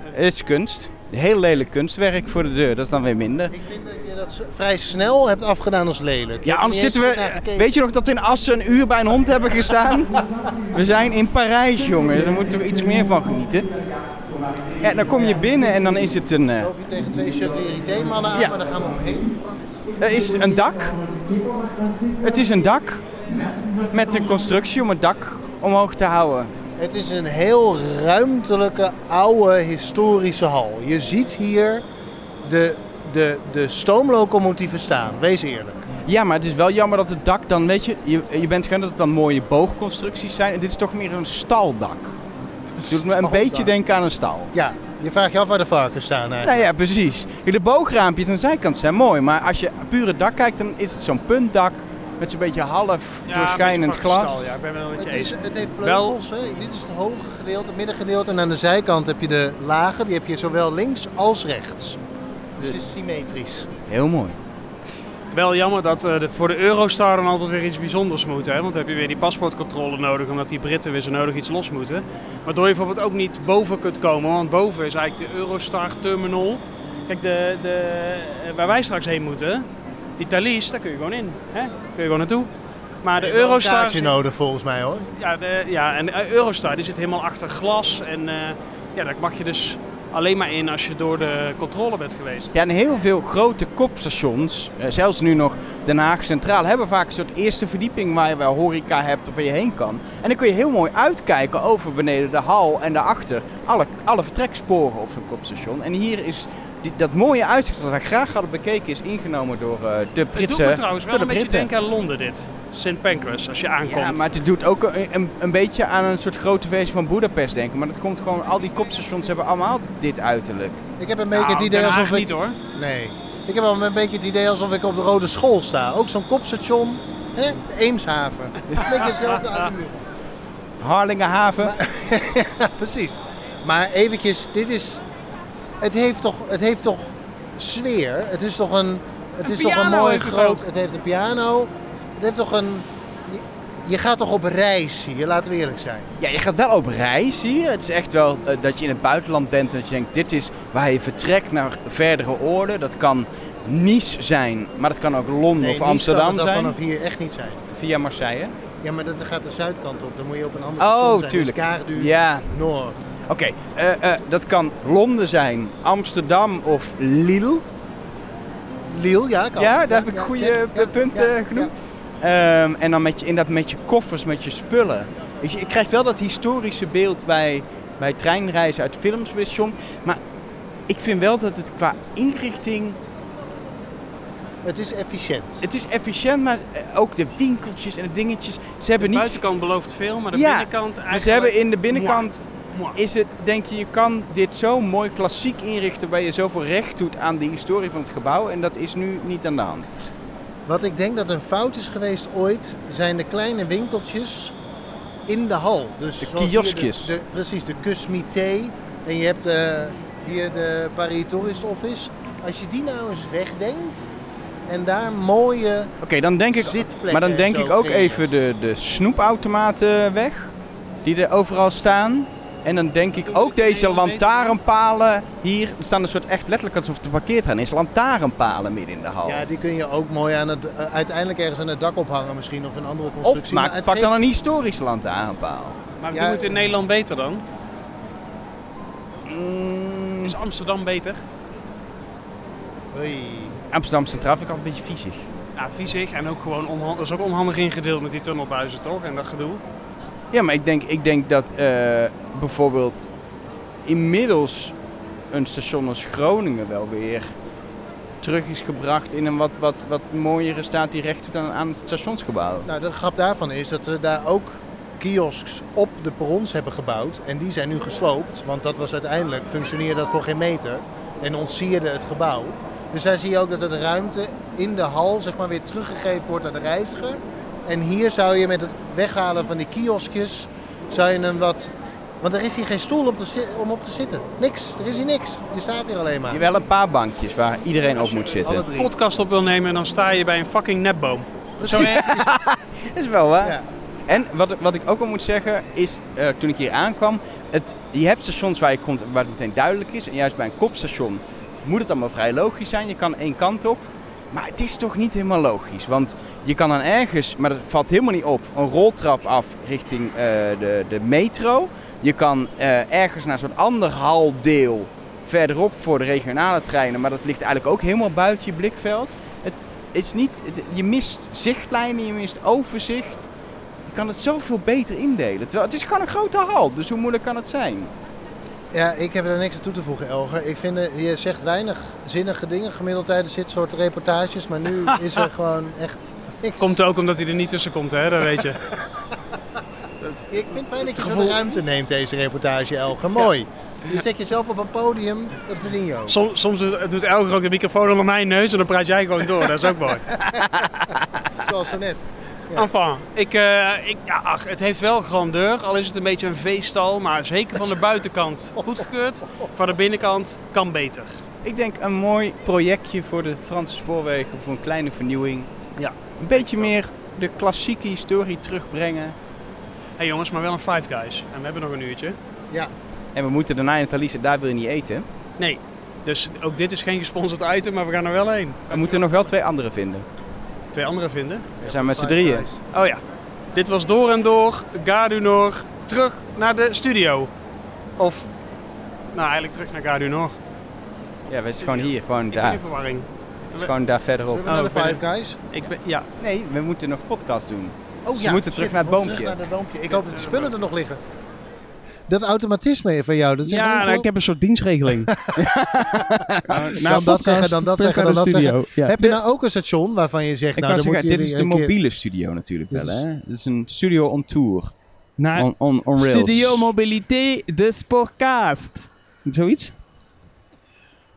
B: Het is kunst. Heel lelijk kunstwerk voor de deur, dat is dan weer minder.
C: Ik vind dat je dat s- vrij snel hebt afgedaan als lelijk. Je
B: Ja,
C: hebt
B: anders
C: er niet
B: zitten
C: eens goed naar
B: we.
C: gekeken.
B: Weet je nog dat we in Assen een uur bij een hond hebben gestaan? We zijn in Parijs, jongen. Daar moeten we iets meer van genieten. Ja, dan kom je binnen en dan is het een. eh,
C: Dan loop je tegen twee chocolarité mannen aan,
B: Ja.
C: maar daar gaan we omheen.
B: Er is een dak. Het is een dak. Met een constructie om het dak omhoog te houden.
C: Het is een heel ruimtelijke, oude, historische hal. Je ziet hier de, de, de stoomlocomotieven staan, wees eerlijk.
B: Ja, maar het is wel jammer dat het dak dan, weet je, je, je bent gewend dat het dan mooie boogconstructies zijn. En dit is toch meer een staldak. Het doet me een
C: Staldak.
B: beetje denken aan een stal.
C: Ja, je vraagt je af waar de varkens staan eigenlijk.
B: Nou ja, precies. Kijk, De boograampjes aan de zijkant zijn mooi, maar als je puur het dak kijkt, dan is het zo'n puntdak met zo'n beetje half doorschijnend glas.
A: Ja, ik ben wel met je
C: Het, is,
A: eens.
C: het heeft vleugels, hè. dit is het hoge gedeelte, het middengedeelte en aan de zijkant heb je de lage, die heb je zowel links als rechts. Dus het is symmetrisch.
B: Heel mooi.
D: Wel jammer dat eh, de- voor de Eurostar dan altijd weer iets bijzonders moet. Hè? Want dan heb je weer die paspoortcontrole nodig, omdat die Britten weer zo nodig iets los moeten. Waardoor je bijvoorbeeld ook niet boven kunt komen, want boven is eigenlijk de Eurostar terminal. Kijk, de, de, eh, waar wij straks heen moeten, die Thalys, daar kun je gewoon in. Hè? Kun je gewoon naartoe. Maar de
C: Je nou? hebt wel een
D: Eurostar...
C: kaartje nodig volgens mij hoor.
D: Ja, de, ja, en de eh, Eurostar die zit helemaal achter glas. En eh, ja, daar mag je dus alleen maar in als je door de controle bent geweest.
B: Ja, en heel veel grote kopstations, eh, zelfs nu nog Den Haag Centraal, hebben vaak een soort eerste verdieping waar je wel horeca hebt of waar je heen kan. En dan kun je heel mooi uitkijken over beneden de hal en daarachter alle, alle vertreksporen op zo'n kopstation. En hier is die, dat mooie uitzicht dat we graag hadden bekeken is ingenomen door eh, de
D: Het doet
B: Britse...
D: me trouwens wel
B: door
D: een
B: de
D: beetje
B: Britten.
D: denken aan Londen dit. St. Pancras, als je aankomt.
B: Ja, maar het doet ook een, een, een beetje aan een soort grote versie van Budapest denken. Maar dat komt gewoon, al die kopstations hebben allemaal dit uiterlijk.
C: Ik heb een beetje
D: Nou,
C: het idee
D: Den Haag
C: alsof ik...
D: niet hoor.
C: Nee. Ik heb wel een beetje het idee alsof ik op de Rode School sta. Ook zo'n kopstation. Hè? Eemshaven. Een beetje hetzelfde aan de muur.
B: Harlingenhaven.
C: Precies. Maar eventjes, dit is... Het heeft toch, het heeft toch sfeer? Het is toch een... Het
D: Een
C: is toch een
D: piano
C: mooi
D: heeft het
C: groot...
D: ook.
C: Het heeft een piano. Het heeft toch een... je- Je gaat toch op reis hier, laten we eerlijk zijn.
B: Ja, je gaat wel op reis hier. Het is echt wel eh, dat je in het buitenland bent en dat je denkt, dit is waar je vertrekt naar verdere orde. Dat kan Nice zijn, maar dat kan ook Londen
C: Nee,
B: of
C: Nice kan
B: Amsterdam
C: het dan
B: zijn.
C: vanaf hier echt niet zijn.
B: Via Marseille.
C: Ja, maar dat gaat de zuidkant op. Dan moet je op een andere station
B: Oh,
C: zijn.
B: tuurlijk.
C: Dus Kaardu,
B: Ja,
C: Noord.
B: oké. Eh, eh, dat kan Londen zijn, Amsterdam of Lille.
C: Lille, ja, kan.
B: Ja, daar heb ik goede
C: ja,
B: eh, punten genoemd. Ehm, en dan met je, inderdaad met je koffers, met je spullen. Ik, ik krijg wel dat historische beeld bij, bij treinreizen uit films bij John. Maar ik vind wel dat het qua inrichting...
C: Het is efficiënt.
B: Het is efficiënt, maar eh, ook de winkeltjes en de dingetjes. Ze hebben
D: De
B: niet...
D: buitenkant belooft veel, maar de
B: Ja,
D: binnenkant
B: Maar
D: eigenlijk...
B: ze hebben in de binnenkant...
D: Mwah.
B: Is het, denk je, je kan dit zo mooi klassiek inrichten... waar je zoveel recht doet aan de historie van het gebouw. En dat is nu niet aan de hand.
C: Wat ik denk dat een fout is geweest ooit, zijn de kleine winkeltjes in de hal. Dus de
B: kioskjes.
C: De, precies, de Cusmité. En je hebt eh, hier de Paris Tourist Office. Als je die nou eens wegdenkt en daar mooie...
B: Oké, dan denk ik...
C: Zitplekken
B: Maar dan denk
C: en
B: ik
C: zo
B: ook
C: creëert.
B: even de, de snoepautomaten weg. Die er overal staan. En dan denk ik ook deze lantaarnpalen hier. Er staan een soort echt letterlijk alsof het een parkeerterrein is. Lantaarnpalen midden in de hal.
C: Ja, die kun je ook mooi aan het, eh, uiteindelijk ergens aan het dak ophangen misschien. Of een andere
B: of
C: constructie.
B: maak,
C: Maar het
B: pak dan
C: geeft-
B: een historische lantaarnpaal.
D: Maar
C: Ja,
D: doe het in
C: eh,
D: Nederland beter dan?
B: Mm,
D: Is Amsterdam beter?
C: Oei.
B: Amsterdam Centraal vind ik altijd een beetje viezig.
D: Ja, viezig en ook gewoon onhandig. Dat is ook onhandig ingedeeld met die tunnelbuizen toch? En dat gedoe.
B: Ja, maar ik denk, ik denk dat eh, bijvoorbeeld inmiddels een station als Groningen wel weer terug is gebracht in een wat, wat, wat mooiere staat die recht doet aan, aan het stationsgebouw.
C: Nou, de grap daarvan is dat ze daar ook kiosks op de perrons hebben gebouwd. En die zijn nu gesloopt, want dat was uiteindelijk, functioneerde dat voor geen meter. En ontsierde het gebouw. Dus daar zie je ook dat de ruimte in de hal zeg maar, weer teruggegeven wordt aan de reiziger. En hier zou je met het weghalen van die kioskjes, zou je een wat... Want er is hier geen stoel om, te zi- om op te zitten. Niks, er is hier niks. Je staat hier alleen maar.
B: Je wel een paar bankjes waar iedereen op moet zitten.
C: Alle
B: Dat
C: drie.
D: Podcast op wil nemen en dan sta je bij een fucking nepboom.
C: Precies.
B: is wel waar.
C: Ja.
B: En wat, wat ik ook wel moet zeggen is, eh, toen ik hier aankwam, het, je hebt stations waar je komt waar het meteen duidelijk is. En juist bij een kopstation moet het allemaal vrij logisch zijn. Je kan één kant op. Maar het is toch niet helemaal logisch. Want je kan dan ergens, maar dat valt helemaal niet op, een roltrap af richting eh, de, de metro. Je kan eh, ergens naar zo'n ander haldeel verderop voor de regionale treinen. Maar dat ligt eigenlijk ook helemaal buiten je blikveld. Het is niet, het- je mist zichtlijnen, je mist overzicht. Je kan het zoveel beter indelen. Terwijl het is gewoon een grote hal, dus hoe moeilijk kan het zijn?
C: Ja, ik heb er niks aan toe te voegen, Elger. Ik vind, eh, je zegt weinig zinnige dingen gemiddeld tijdens dit soort reportages, maar nu is er gewoon echt niks.
D: Komt ook omdat hij er niet tussen komt, hè? Dat weet je.
C: Ik vind het fijn dat je zo'n
D: Gevoel-
C: ruimte neemt, deze reportage, Elger. Mooi. Je zet jezelf op een podium, dat verdien je ook.
D: Soms, soms doet doet Elger ook de microfoon onder mijn neus en dan praat jij gewoon door. Dat is ook mooi.
C: Zoals zo net. Ja.
D: Enfin, ik, eh, ik, ja, ach, het heeft wel grandeur, al is het een beetje een veestal, maar zeker van de buitenkant goedgekeurd. Van de binnenkant kan beter.
B: Ik denk een mooi projectje voor de Franse spoorwegen, voor een kleine vernieuwing.
D: Ja.
B: Een beetje meer de klassieke historie terugbrengen.
D: Hé hey jongens, maar wel een Five Guys. En we hebben nog een uurtje.
B: En we moeten daarna in het Thalys en daar wil je niet eten.
D: Nee, dus ook dit is geen gesponsord item, maar we gaan er wel heen.
B: We moeten nog wel twee andere vinden.
D: Twee andere vinden.
B: We zijn met z'n drieën.
D: Oh ja, dit was door en door, Gardunor, terug naar de studio. Of, nou eigenlijk terug naar Gardunor.
B: Ja, we zijn gewoon hier, gewoon
D: Ik ben in
B: daar.
D: verwarring.
B: Het is gewoon daar verderop.
C: Zullen we naar de
D: Oh, ik ben-
C: Five Guys?
D: Ik ben, ja,
B: Nee, we moeten nog podcast doen.
C: Oh
B: Ze moeten terug naar het
C: we moeten
B: boompje.
C: terug naar dat boompje. Ik hoop dat die spullen er nog liggen. Dat automatisme van jou, dat is echt
A: ja, nou,
C: ongelooflijk.
A: ik heb een soort dienstregeling.
C: Nou,
B: Nou,
C: dat zeggen, dan dat zeggen, dan dat
A: zeggen.
C: Heb je nou ook een station waarvan je zegt...
B: Ik
C: nou,
B: wou
C: dan
B: zeggen,
C: moeten
B: dit is de
C: jullie een keer-
B: mobiele studio natuurlijk
C: Dit
B: wel,
C: is-
B: hè? Dit is een studio on tour.
A: Nou,
B: On, on, on rails.
D: Studio Mobilité de Sportcast.
A: zoiets?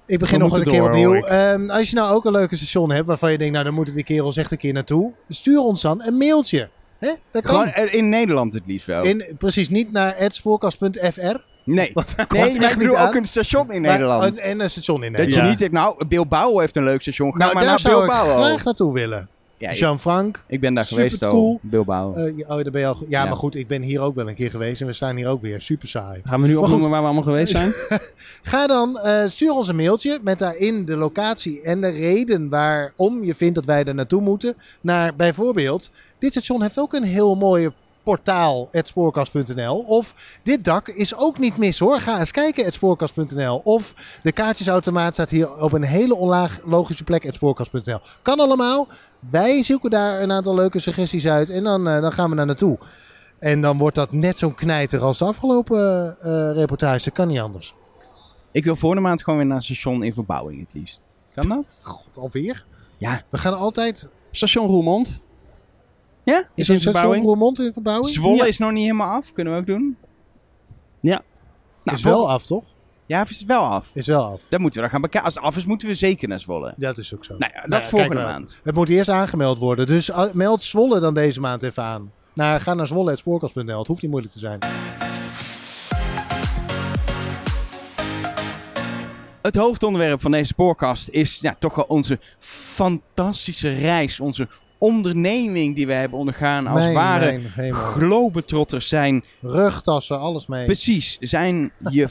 C: Ik begin
A: We
C: nog een
A: moeten
C: keer
A: door,
C: opnieuw.
A: hoor ik.
C: Ehm, als je nou ook een leuke station hebt waarvan je denkt, nou dan moeten die kerels echt een keer naartoe. Stuur ons dan een mailtje. Hè? Dat
B: Gewoon
C: kan.
B: eh, in Nederland het liefst wel.
C: In, precies niet naar @spoorkast.fr.
B: Nee,
C: Want dat komt
B: nee maar
C: echt
B: ik
C: niet
B: bedoel
C: aan.
B: ook een station in
C: Maar- oh,
B: Nederland.
C: en een station in
B: Dat
C: Nederland.
B: je
A: Ja.
B: niet zegt, nou, Bilbao heeft een leuk station, ga
C: Nou,
B: maar
C: daar
B: naar
C: zou ik
B: Bilbao.
C: graag naartoe willen.
B: Ja, ik,
C: Jean-Frank.
B: ik ben daar
C: Super
B: geweest
C: cool.
B: al, Bilbao.
C: eh, ja, oh, daar ben je al ge- ja,
B: Ja.
C: maar goed, ik ben hier ook wel een keer geweest en we staan hier ook weer. Super saai.
A: Gaan we nu
C: goed.
A: opnoemen waar we allemaal geweest zijn?
C: Ga dan, eh, stuur ons een mailtje met daarin de locatie en de reden waarom je vindt dat wij er naartoe moeten. Naar bijvoorbeeld, dit station heeft ook een heel mooie portaal, spoorkast.nl. Of dit dak is ook niet mis hoor, ga eens kijken, spoorkast.nl. Of de kaartjesautomaat staat hier op een hele onlaag logische plek, spoorkast.nl. Kan allemaal, wij zoeken daar een aantal leuke suggesties uit en dan, eh, dan gaan we daar naartoe. En dan wordt dat net zo'n knijter als de afgelopen eh, reportage. Dat kan niet anders.
B: Ik wil voor de maand gewoon weer naar een station in verbouwing het liefst. Kan dat?
C: God, alweer?
B: Ja.
C: We gaan altijd...
A: Station Roermond.
B: Ja?
C: Is
A: in
C: er station
A: verbouwing.
C: Roermond in verbouwing?
B: Zwolle
A: Ja.
B: is nog niet helemaal af, kunnen we ook doen.
A: Ja.
B: Nou,
C: is wel af, toch?
B: Ja, of is het wel af?
C: Is wel af.
B: Dat moeten we dan gaan bekijken. Als het af is, moeten we zeker naar Zwolle.
C: Dat is ook zo.
B: Nou ja, dat
C: ja,
B: volgende
C: kijk maar.
B: maand.
C: Het moet eerst aangemeld worden. Dus eh, meld Zwolle dan deze maand even aan. Naar, ga naar zwolle.spoorkast.nl. Het hoeft niet moeilijk te zijn.
B: Nou, Het hoofdonderwerp van deze spoorkast is ja, toch wel onze fantastische reis. Onze onderneming die we hebben ondergaan. Als
C: Mijn,
B: ware
C: mijn hemel.
B: globetrotters zijn.
C: Rugtassen, alles mee.
B: Precies, zijn je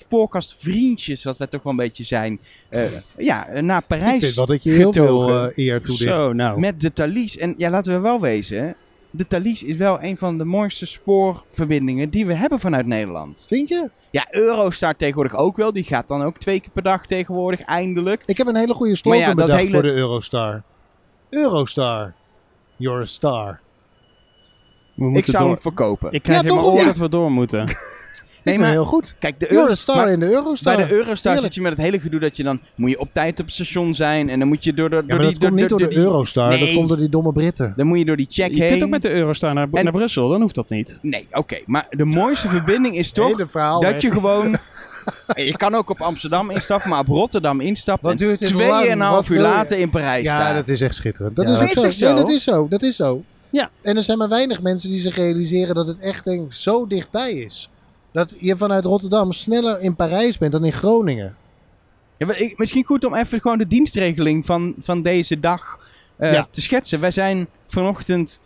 B: spoorkastvriendjes, wat wij toch wel een beetje zijn. eh, ja, eh, naar
C: Ik vind
B: Parijs
C: wel dat je heel veel
B: getogen.
C: eh, eer toedicht.
A: Zo, nou.
B: met de Thalys. En ja, laten we wel wezen. De Thalys is wel een van de mooiste spoorverbindingen die we hebben vanuit Nederland.
C: Vind je?
B: Ja, Eurostar tegenwoordig ook wel. Die gaat dan ook twee keer per dag tegenwoordig, eindelijk.
C: Ik heb een hele goede slogan
B: Maar ja, dat
C: bedacht
B: hele-
C: voor de Eurostar. Eurostar. You're a star.
A: We moeten
B: Ik zou
A: door.
B: hem verkopen.
A: Ik krijg
C: Ja,
A: in mijn
C: toch?
A: oor
C: Ja.
A: dat we door moeten.
B: Nee,
C: Nee, maar
B: maar-
C: heel goed.
B: Kijk, de
C: You're a
B: Euro
C: star
B: maar
C: in de Eurostar.
B: bij de Eurostar
C: Heerlijk.
B: zit je met het hele gedoe dat je dan moet je op tijd op het station zijn en dan moet je door, door,
C: Ja,
B: door
C: maar
B: die
C: dat
B: door-
C: komt niet door de
B: door die-
C: Eurostar. Dat
B: Nee.
C: komt door die domme Britten.
B: Dan moet je door die check
A: Je
B: heen.
A: kunt ook met de Eurostar naar,
B: En-
A: naar Brussel, dan hoeft dat niet.
B: Nee, oké, maar de mooiste verbinding is toch
C: Hele verhaal
B: dat
C: weg.
B: je gewoon je kan ook op Amsterdam instappen, maar op Rotterdam instappen
C: Wat duurt
B: en
C: dit lang? Wat
B: tweeënhalf uur
C: wil je?
B: later in Parijs
C: Ja,
B: staan.
C: dat is echt schitterend. Dat
B: Ja,
C: is,
B: dat
C: ook
B: is
C: zo.
B: toch zo?
C: Nee, dat is zo. Dat is zo.
A: Ja.
C: En er zijn maar weinig mensen die zich realiseren dat het echt denk, zo dichtbij is. Dat je vanuit Rotterdam sneller in Parijs bent dan in Groningen.
B: Ja, maar ik- misschien goed om even gewoon de dienstregeling van, van deze dag eh,
C: Ja.
B: te schetsen. Wij zijn vanochtend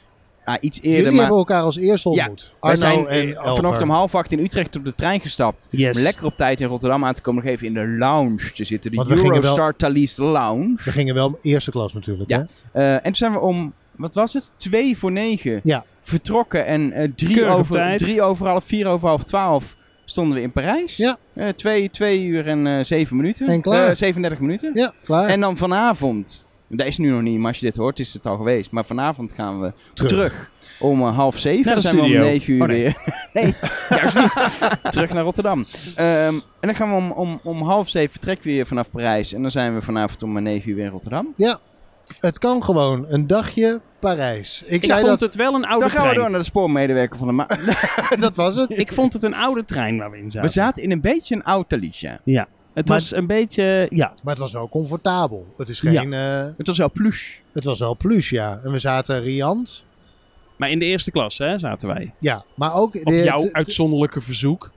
B: ah, iets eerder,
C: Jullie
B: maar
C: hebben elkaar als eerste
B: Ja,
C: ontmoet.
B: wij
C: Arno
B: zijn eh,
C: en Elger.
B: vanochtend om half acht in Utrecht op de trein gestapt.
A: Yes.
B: Om lekker op tijd in Rotterdam aan te komen, nog even in de lounge te zitten.
C: Want
B: De
C: we gingen wel-
B: Eurostar Thalys Lounge.
C: We gingen wel eerste klas natuurlijk.
B: Ja.
C: Hè?
B: Eh, en toen zijn we om, wat was het? Twee voor negen
C: Ja.
B: vertrokken. En eh, drie,
A: Keurig op
B: over,
A: tijd.
B: drie over half, vier over half twaalf stonden we in Parijs.
C: Ja.
B: Eh, twee, twee uur en eh, zeven minuten.
C: En klaar.
B: Eh, 37 minuten.
C: Ja, klaar.
B: En dan vanavond, dat is nu nog niet, maar als je dit hoort is het al geweest. Maar vanavond gaan we terug, om eh, half zeven.
A: Naar de
B: Dan zijn we om
A: studio.
B: negen uur
A: Oh, nee.
B: weer. nee, juist niet. terug naar Rotterdam. Ehm, en dan gaan we om, om, om half zeven vertrekken we weer vanaf Parijs. En dan zijn we vanavond om eh, negen uur weer in
A: Oh,
B: Rotterdam.
C: Het kan gewoon. Een dagje Parijs. Ik,
A: Ik
C: zei
A: vond
C: dat.
A: het wel een oude
B: Dan gaan we
A: trein.
B: door naar de spoormedewerker van de maand.
C: dat was het.
A: Ik vond het een oude trein waar we in
B: We
A: zaten.
B: zaten in een beetje een oud Talisha.
A: Ja. Het
C: Maar-
A: was een beetje, ja.
C: Maar het was wel comfortabel. Het, is
A: Ja.
C: geen, eh,
B: Het was wel plush.
C: het was wel plus, ja. En we zaten riant.
A: Maar in de eerste klas hè, zaten wij.
C: Ja, maar ook...
A: Op
C: de-
A: jouw
C: de-
A: uitzonderlijke verzoek.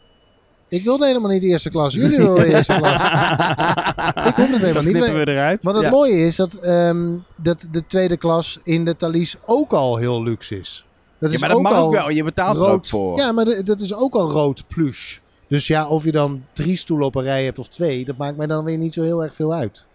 C: Ik wilde helemaal niet de eerste klas. Jullie wilden de eerste klas. Ik hoef het helemaal
A: Dat
C: niet.
A: knippen
C: Maar,
A: we eruit.
C: wat het
A: Ja.
C: mooie is dat, ehm, dat de tweede klas in de Thalys ook al heel luxe is. Dat
B: Ja,
C: is
B: maar dat mag
C: al
B: ook wel. Je betaalt er ook
C: rood.
B: voor.
C: Ja, maar de- dat is ook al rood plush. Dus ja, of je dan drie stoelen op een rij hebt of twee, dat maakt mij dan weer niet zo heel erg veel uit.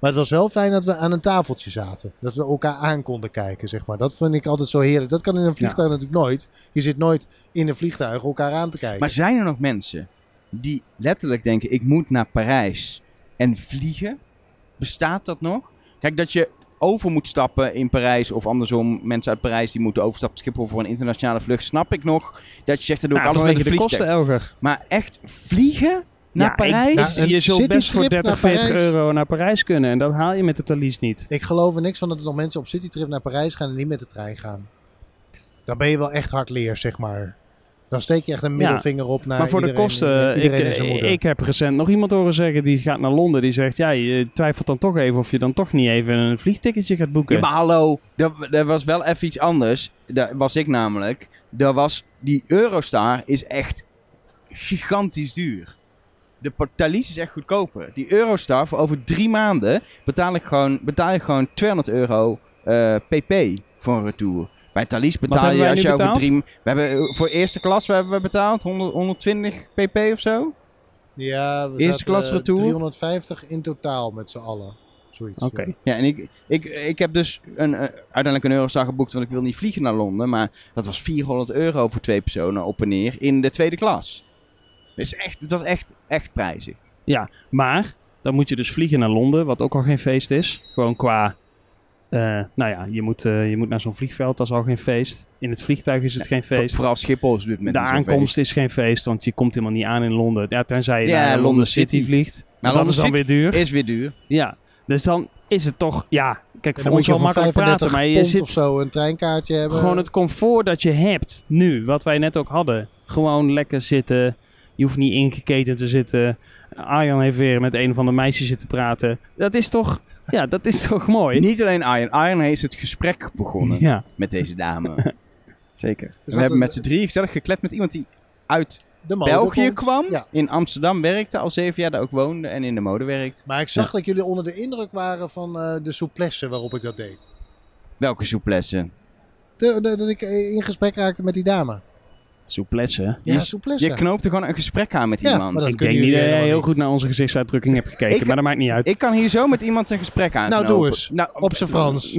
C: Maar het was wel fijn dat we aan een tafeltje zaten. Dat we elkaar aan konden kijken, zeg maar. Dat vind ik altijd zo heerlijk. Dat kan in een vliegtuig natuurlijk nooit. Je zit nooit in een vliegtuig elkaar aan te kijken.
B: Maar zijn er nog mensen die letterlijk denken: ik moet naar Parijs en vliegen? Bestaat dat nog? Kijk, dat je over moet stappen in Parijs. Of andersom, mensen uit Parijs die moeten overstappen op Schiphol voor een internationale vlucht. Snap ik nog dat je zegt, dat doe ik
A: Nou,
B: alles met
A: vanwege
B: de
A: de
B: vliegtuig.
A: kosten, Elger.
B: Maar echt vliegen naar
A: Ja, ik-
B: Parijs?
C: Nou,
A: je- je
C: een
A: zult best voor
C: citytrip
A: 30,
C: naar
A: 40
C: Parijs.
A: euro naar Parijs kunnen. En dat haal je met de Thalys niet.
C: Ik geloof er niks van dat er nog mensen op citytrip naar Parijs gaan en niet met de trein gaan. Dan ben je wel echt hardleer, zeg maar. Dan steek je echt een middelvinger op naar
A: maar voor de
C: iedereen-
A: kosten, ik, eh,
C: iedereen en zijn
A: ik,
C: moeder.
A: heb recent nog iemand horen zeggen die gaat naar Londen. Die zegt, ja, je twijfelt dan toch even of je dan toch niet even een vliegticketje gaat boeken.
B: Ja, maar hallo, dat, dat was wel even iets anders. Dat was ik namelijk. Dat was, die Eurostar is echt gigantisch duur. De pa- Thalys is echt goedkoper. Die Eurostar, voor over drie maanden betaal ik gewoon, betaal ik gewoon 200 euro eh, pp voor een retour. Bij Thalys betaal
A: hebben
B: je
A: wij
B: als
A: nu
B: je over
A: betaald?
B: drie... We hebben, eh, voor eerste klas we hebben we betaald 100, 120 pp of zo.
C: Ja, we
B: Eerste
C: zaten,
B: klas
C: eh,
B: retour?
C: 350 in totaal met z'n allen. Zoiets.
A: Oké.
C: ja.
B: Ja, en ik, ik, ik heb dus een, eh, uiteindelijk een Eurostar geboekt, want ik wil niet vliegen naar Londen. Maar dat was 400 euro voor twee personen op en neer in de tweede klas. Dus echt, het was echt, echt prijzig.
A: Maar dan moet je dus vliegen naar Londen, wat ook al geen feest is. Gewoon qua. eh, nou ja, je moet, eh, je moet naar zo'n vliegveld, dat is al geen feest. In het vliegtuig is het geen
B: Voor-
A: feest.
B: Vooral Schiphol is op dit moment
A: de
B: niet zo'n
A: aankomst
B: feest.
A: is geen feest, want je komt helemaal niet aan in Londen. Ja, tenzij je
B: Ja,
A: naar Londen
B: Londen
A: City
B: City.
A: vliegt. Maar dat
B: Londen
A: is dan
B: City
A: weer duur.
B: Is weer duur.
A: Ja, dus dan is het toch... Ja, kijk, voor
C: En dan moet
A: ons
C: je
A: wel
C: voor
A: makkelijk
C: 35
A: praten, maar je
C: pond
A: zit
C: of zo een treinkaartje hebben.
A: Gewoon het comfort dat je hebt nu, wat wij net ook hadden. Gewoon lekker zitten. Je hoeft niet ingeketen te zitten. Arjan heeft weer met een van de meisjes zitten praten. Dat is toch, ja, dat is toch mooi?
B: Niet alleen Iron. Iron heeft het gesprek begonnen
A: Oh, Ja,
B: met deze dame. En
A: zeker.
C: Is
B: we
C: dat
B: hebben
C: een-
B: met z'n drieën gezellig geklet met iemand die uit
C: de mode
B: België
C: komt?
B: kwam,
C: Ja.
B: in Amsterdam werkte, al zeven jaar daar ook woonde en in de mode werkt.
C: Maar ik zag dat jullie onder de indruk waren van eh, de souplesse waarop ik dat deed.
B: Welke souplesse?
C: De- de- dat ik eh, in gesprek raakte met die dame.
A: Souplesse.
C: Ja,
B: Je-
C: souplesse.
B: Je knoopte gewoon een gesprek aan met
C: Dus, eh, Ja,
B: iemand.
C: maar dat
A: Ik
C: kunnen
A: denk niet
C: jullie
A: dat jij
C: helemaal
A: heel
C: niet.
A: goed naar onze gezichtsuitdrukking hebt gekeken,
B: Ik-
A: maar dat maakt niet uit.
B: Ik kan hier zo met iemand een gesprek aan.
C: Nou,
B: knopen.
C: doe eens.
B: Nou,
C: Op zijn Frans.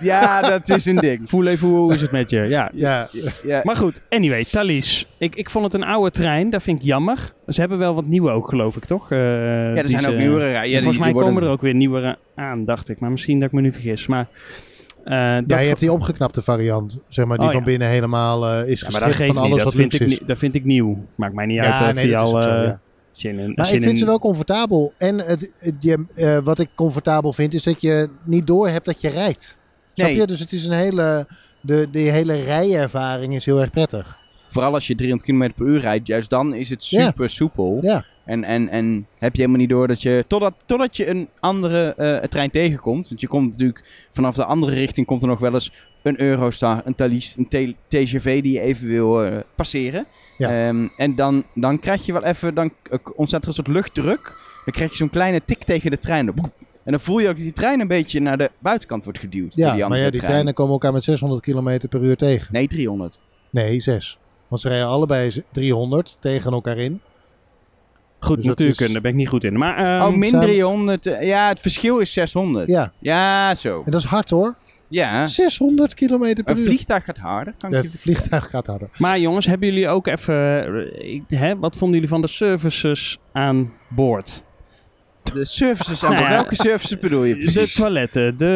B: ja, dat is een ding.
A: Voel even hoe is het met je? Ja.
C: Ja.
B: Ja.
A: Maar goed, anyway, Thalys. Ik, ik vond het een oude trein, dat vind ik jammer. Ze hebben wel wat nieuwe ook, geloof ik, toch? Eh,
B: ja, er
A: die
B: zijn ook
A: ze-
B: nieuwere rijen. Ja, die-
A: Volgens mij
B: die worden-
A: komen er ook weer nieuwere aan, dacht ik. Maar misschien dat ik me nu vergis. Maar, eh, dat
C: Ja, je hebt die opgeknapte variant, zeg maar, die
A: Oh, ja.
C: van binnen helemaal eh, is
A: Ja, maar dat
C: gestrikt
A: geeft
C: van
A: niet.
C: alles
A: dat
C: wat
A: vind
C: luxe
A: ik,
C: is.
A: ni- dat vind ik nieuw. Maakt mij niet uit
C: Ja,
A: of
C: nee,
A: je
C: dat is
A: al
C: ook zo,
A: eh,
C: ja.
A: zin in...
C: Maar
A: zin
C: ik vind
A: in-
C: ze wel comfortabel. En het, het- je, eh, wat ik comfortabel vind, is dat je niet door hebt dat je rijdt. Snap
B: Nee.
C: je? Dus het is een hele... De, die hele rijervaring is heel erg prettig.
B: Vooral als je 300 km per uur rijdt, juist dan is het
C: Ja.
B: super soepel.
C: Ja.
B: En, en, en heb je helemaal niet door dat je. Totdat, totdat je een andere eh, trein tegenkomt. Want je komt natuurlijk vanaf de andere richting komt er nog wel eens een Eurostar, een Thalys, een T- TGV die je even wil eh, passeren.
C: Ja.
B: Ehm, en dan, dan krijg je wel even. Dan eh, ontstaat er een soort luchtdruk. Dan krijg je zo'n kleine tik tegen de trein. Boep. En dan voel je ook dat die trein een beetje naar de buitenkant wordt geduwd. door
C: Ja,
B: die
C: maar
B: andere
C: ja, die
B: trein.
C: treinen komen elkaar met 600 km per uur tegen.
B: Nee, 300.
C: Nee, 6. Want ze rijden allebei z- 300 tegen elkaar in.
A: Goed,
C: Dus dat
A: natuurkunde,
C: is-
A: daar ben ik niet goed in. Maar ehm,
B: oh, min
C: samen-
B: 300. eh, ja, het verschil is 600.
C: Ja,
B: Ja, zo.
C: en dat is hard hoor.
B: Ja.
C: 600 km per
B: Een
C: uur.
B: vliegtuig gaat harder, kan ik
C: Het
B: je
C: vliegtuig gaat harder.
A: Maar jongens, hebben jullie ook even... eh, ik- hè, wat vonden jullie van de services aan boord?
B: De services aan
A: Nou ja.
B: welke services bedoel je
A: De
B: precies? toiletten.
A: toiletten,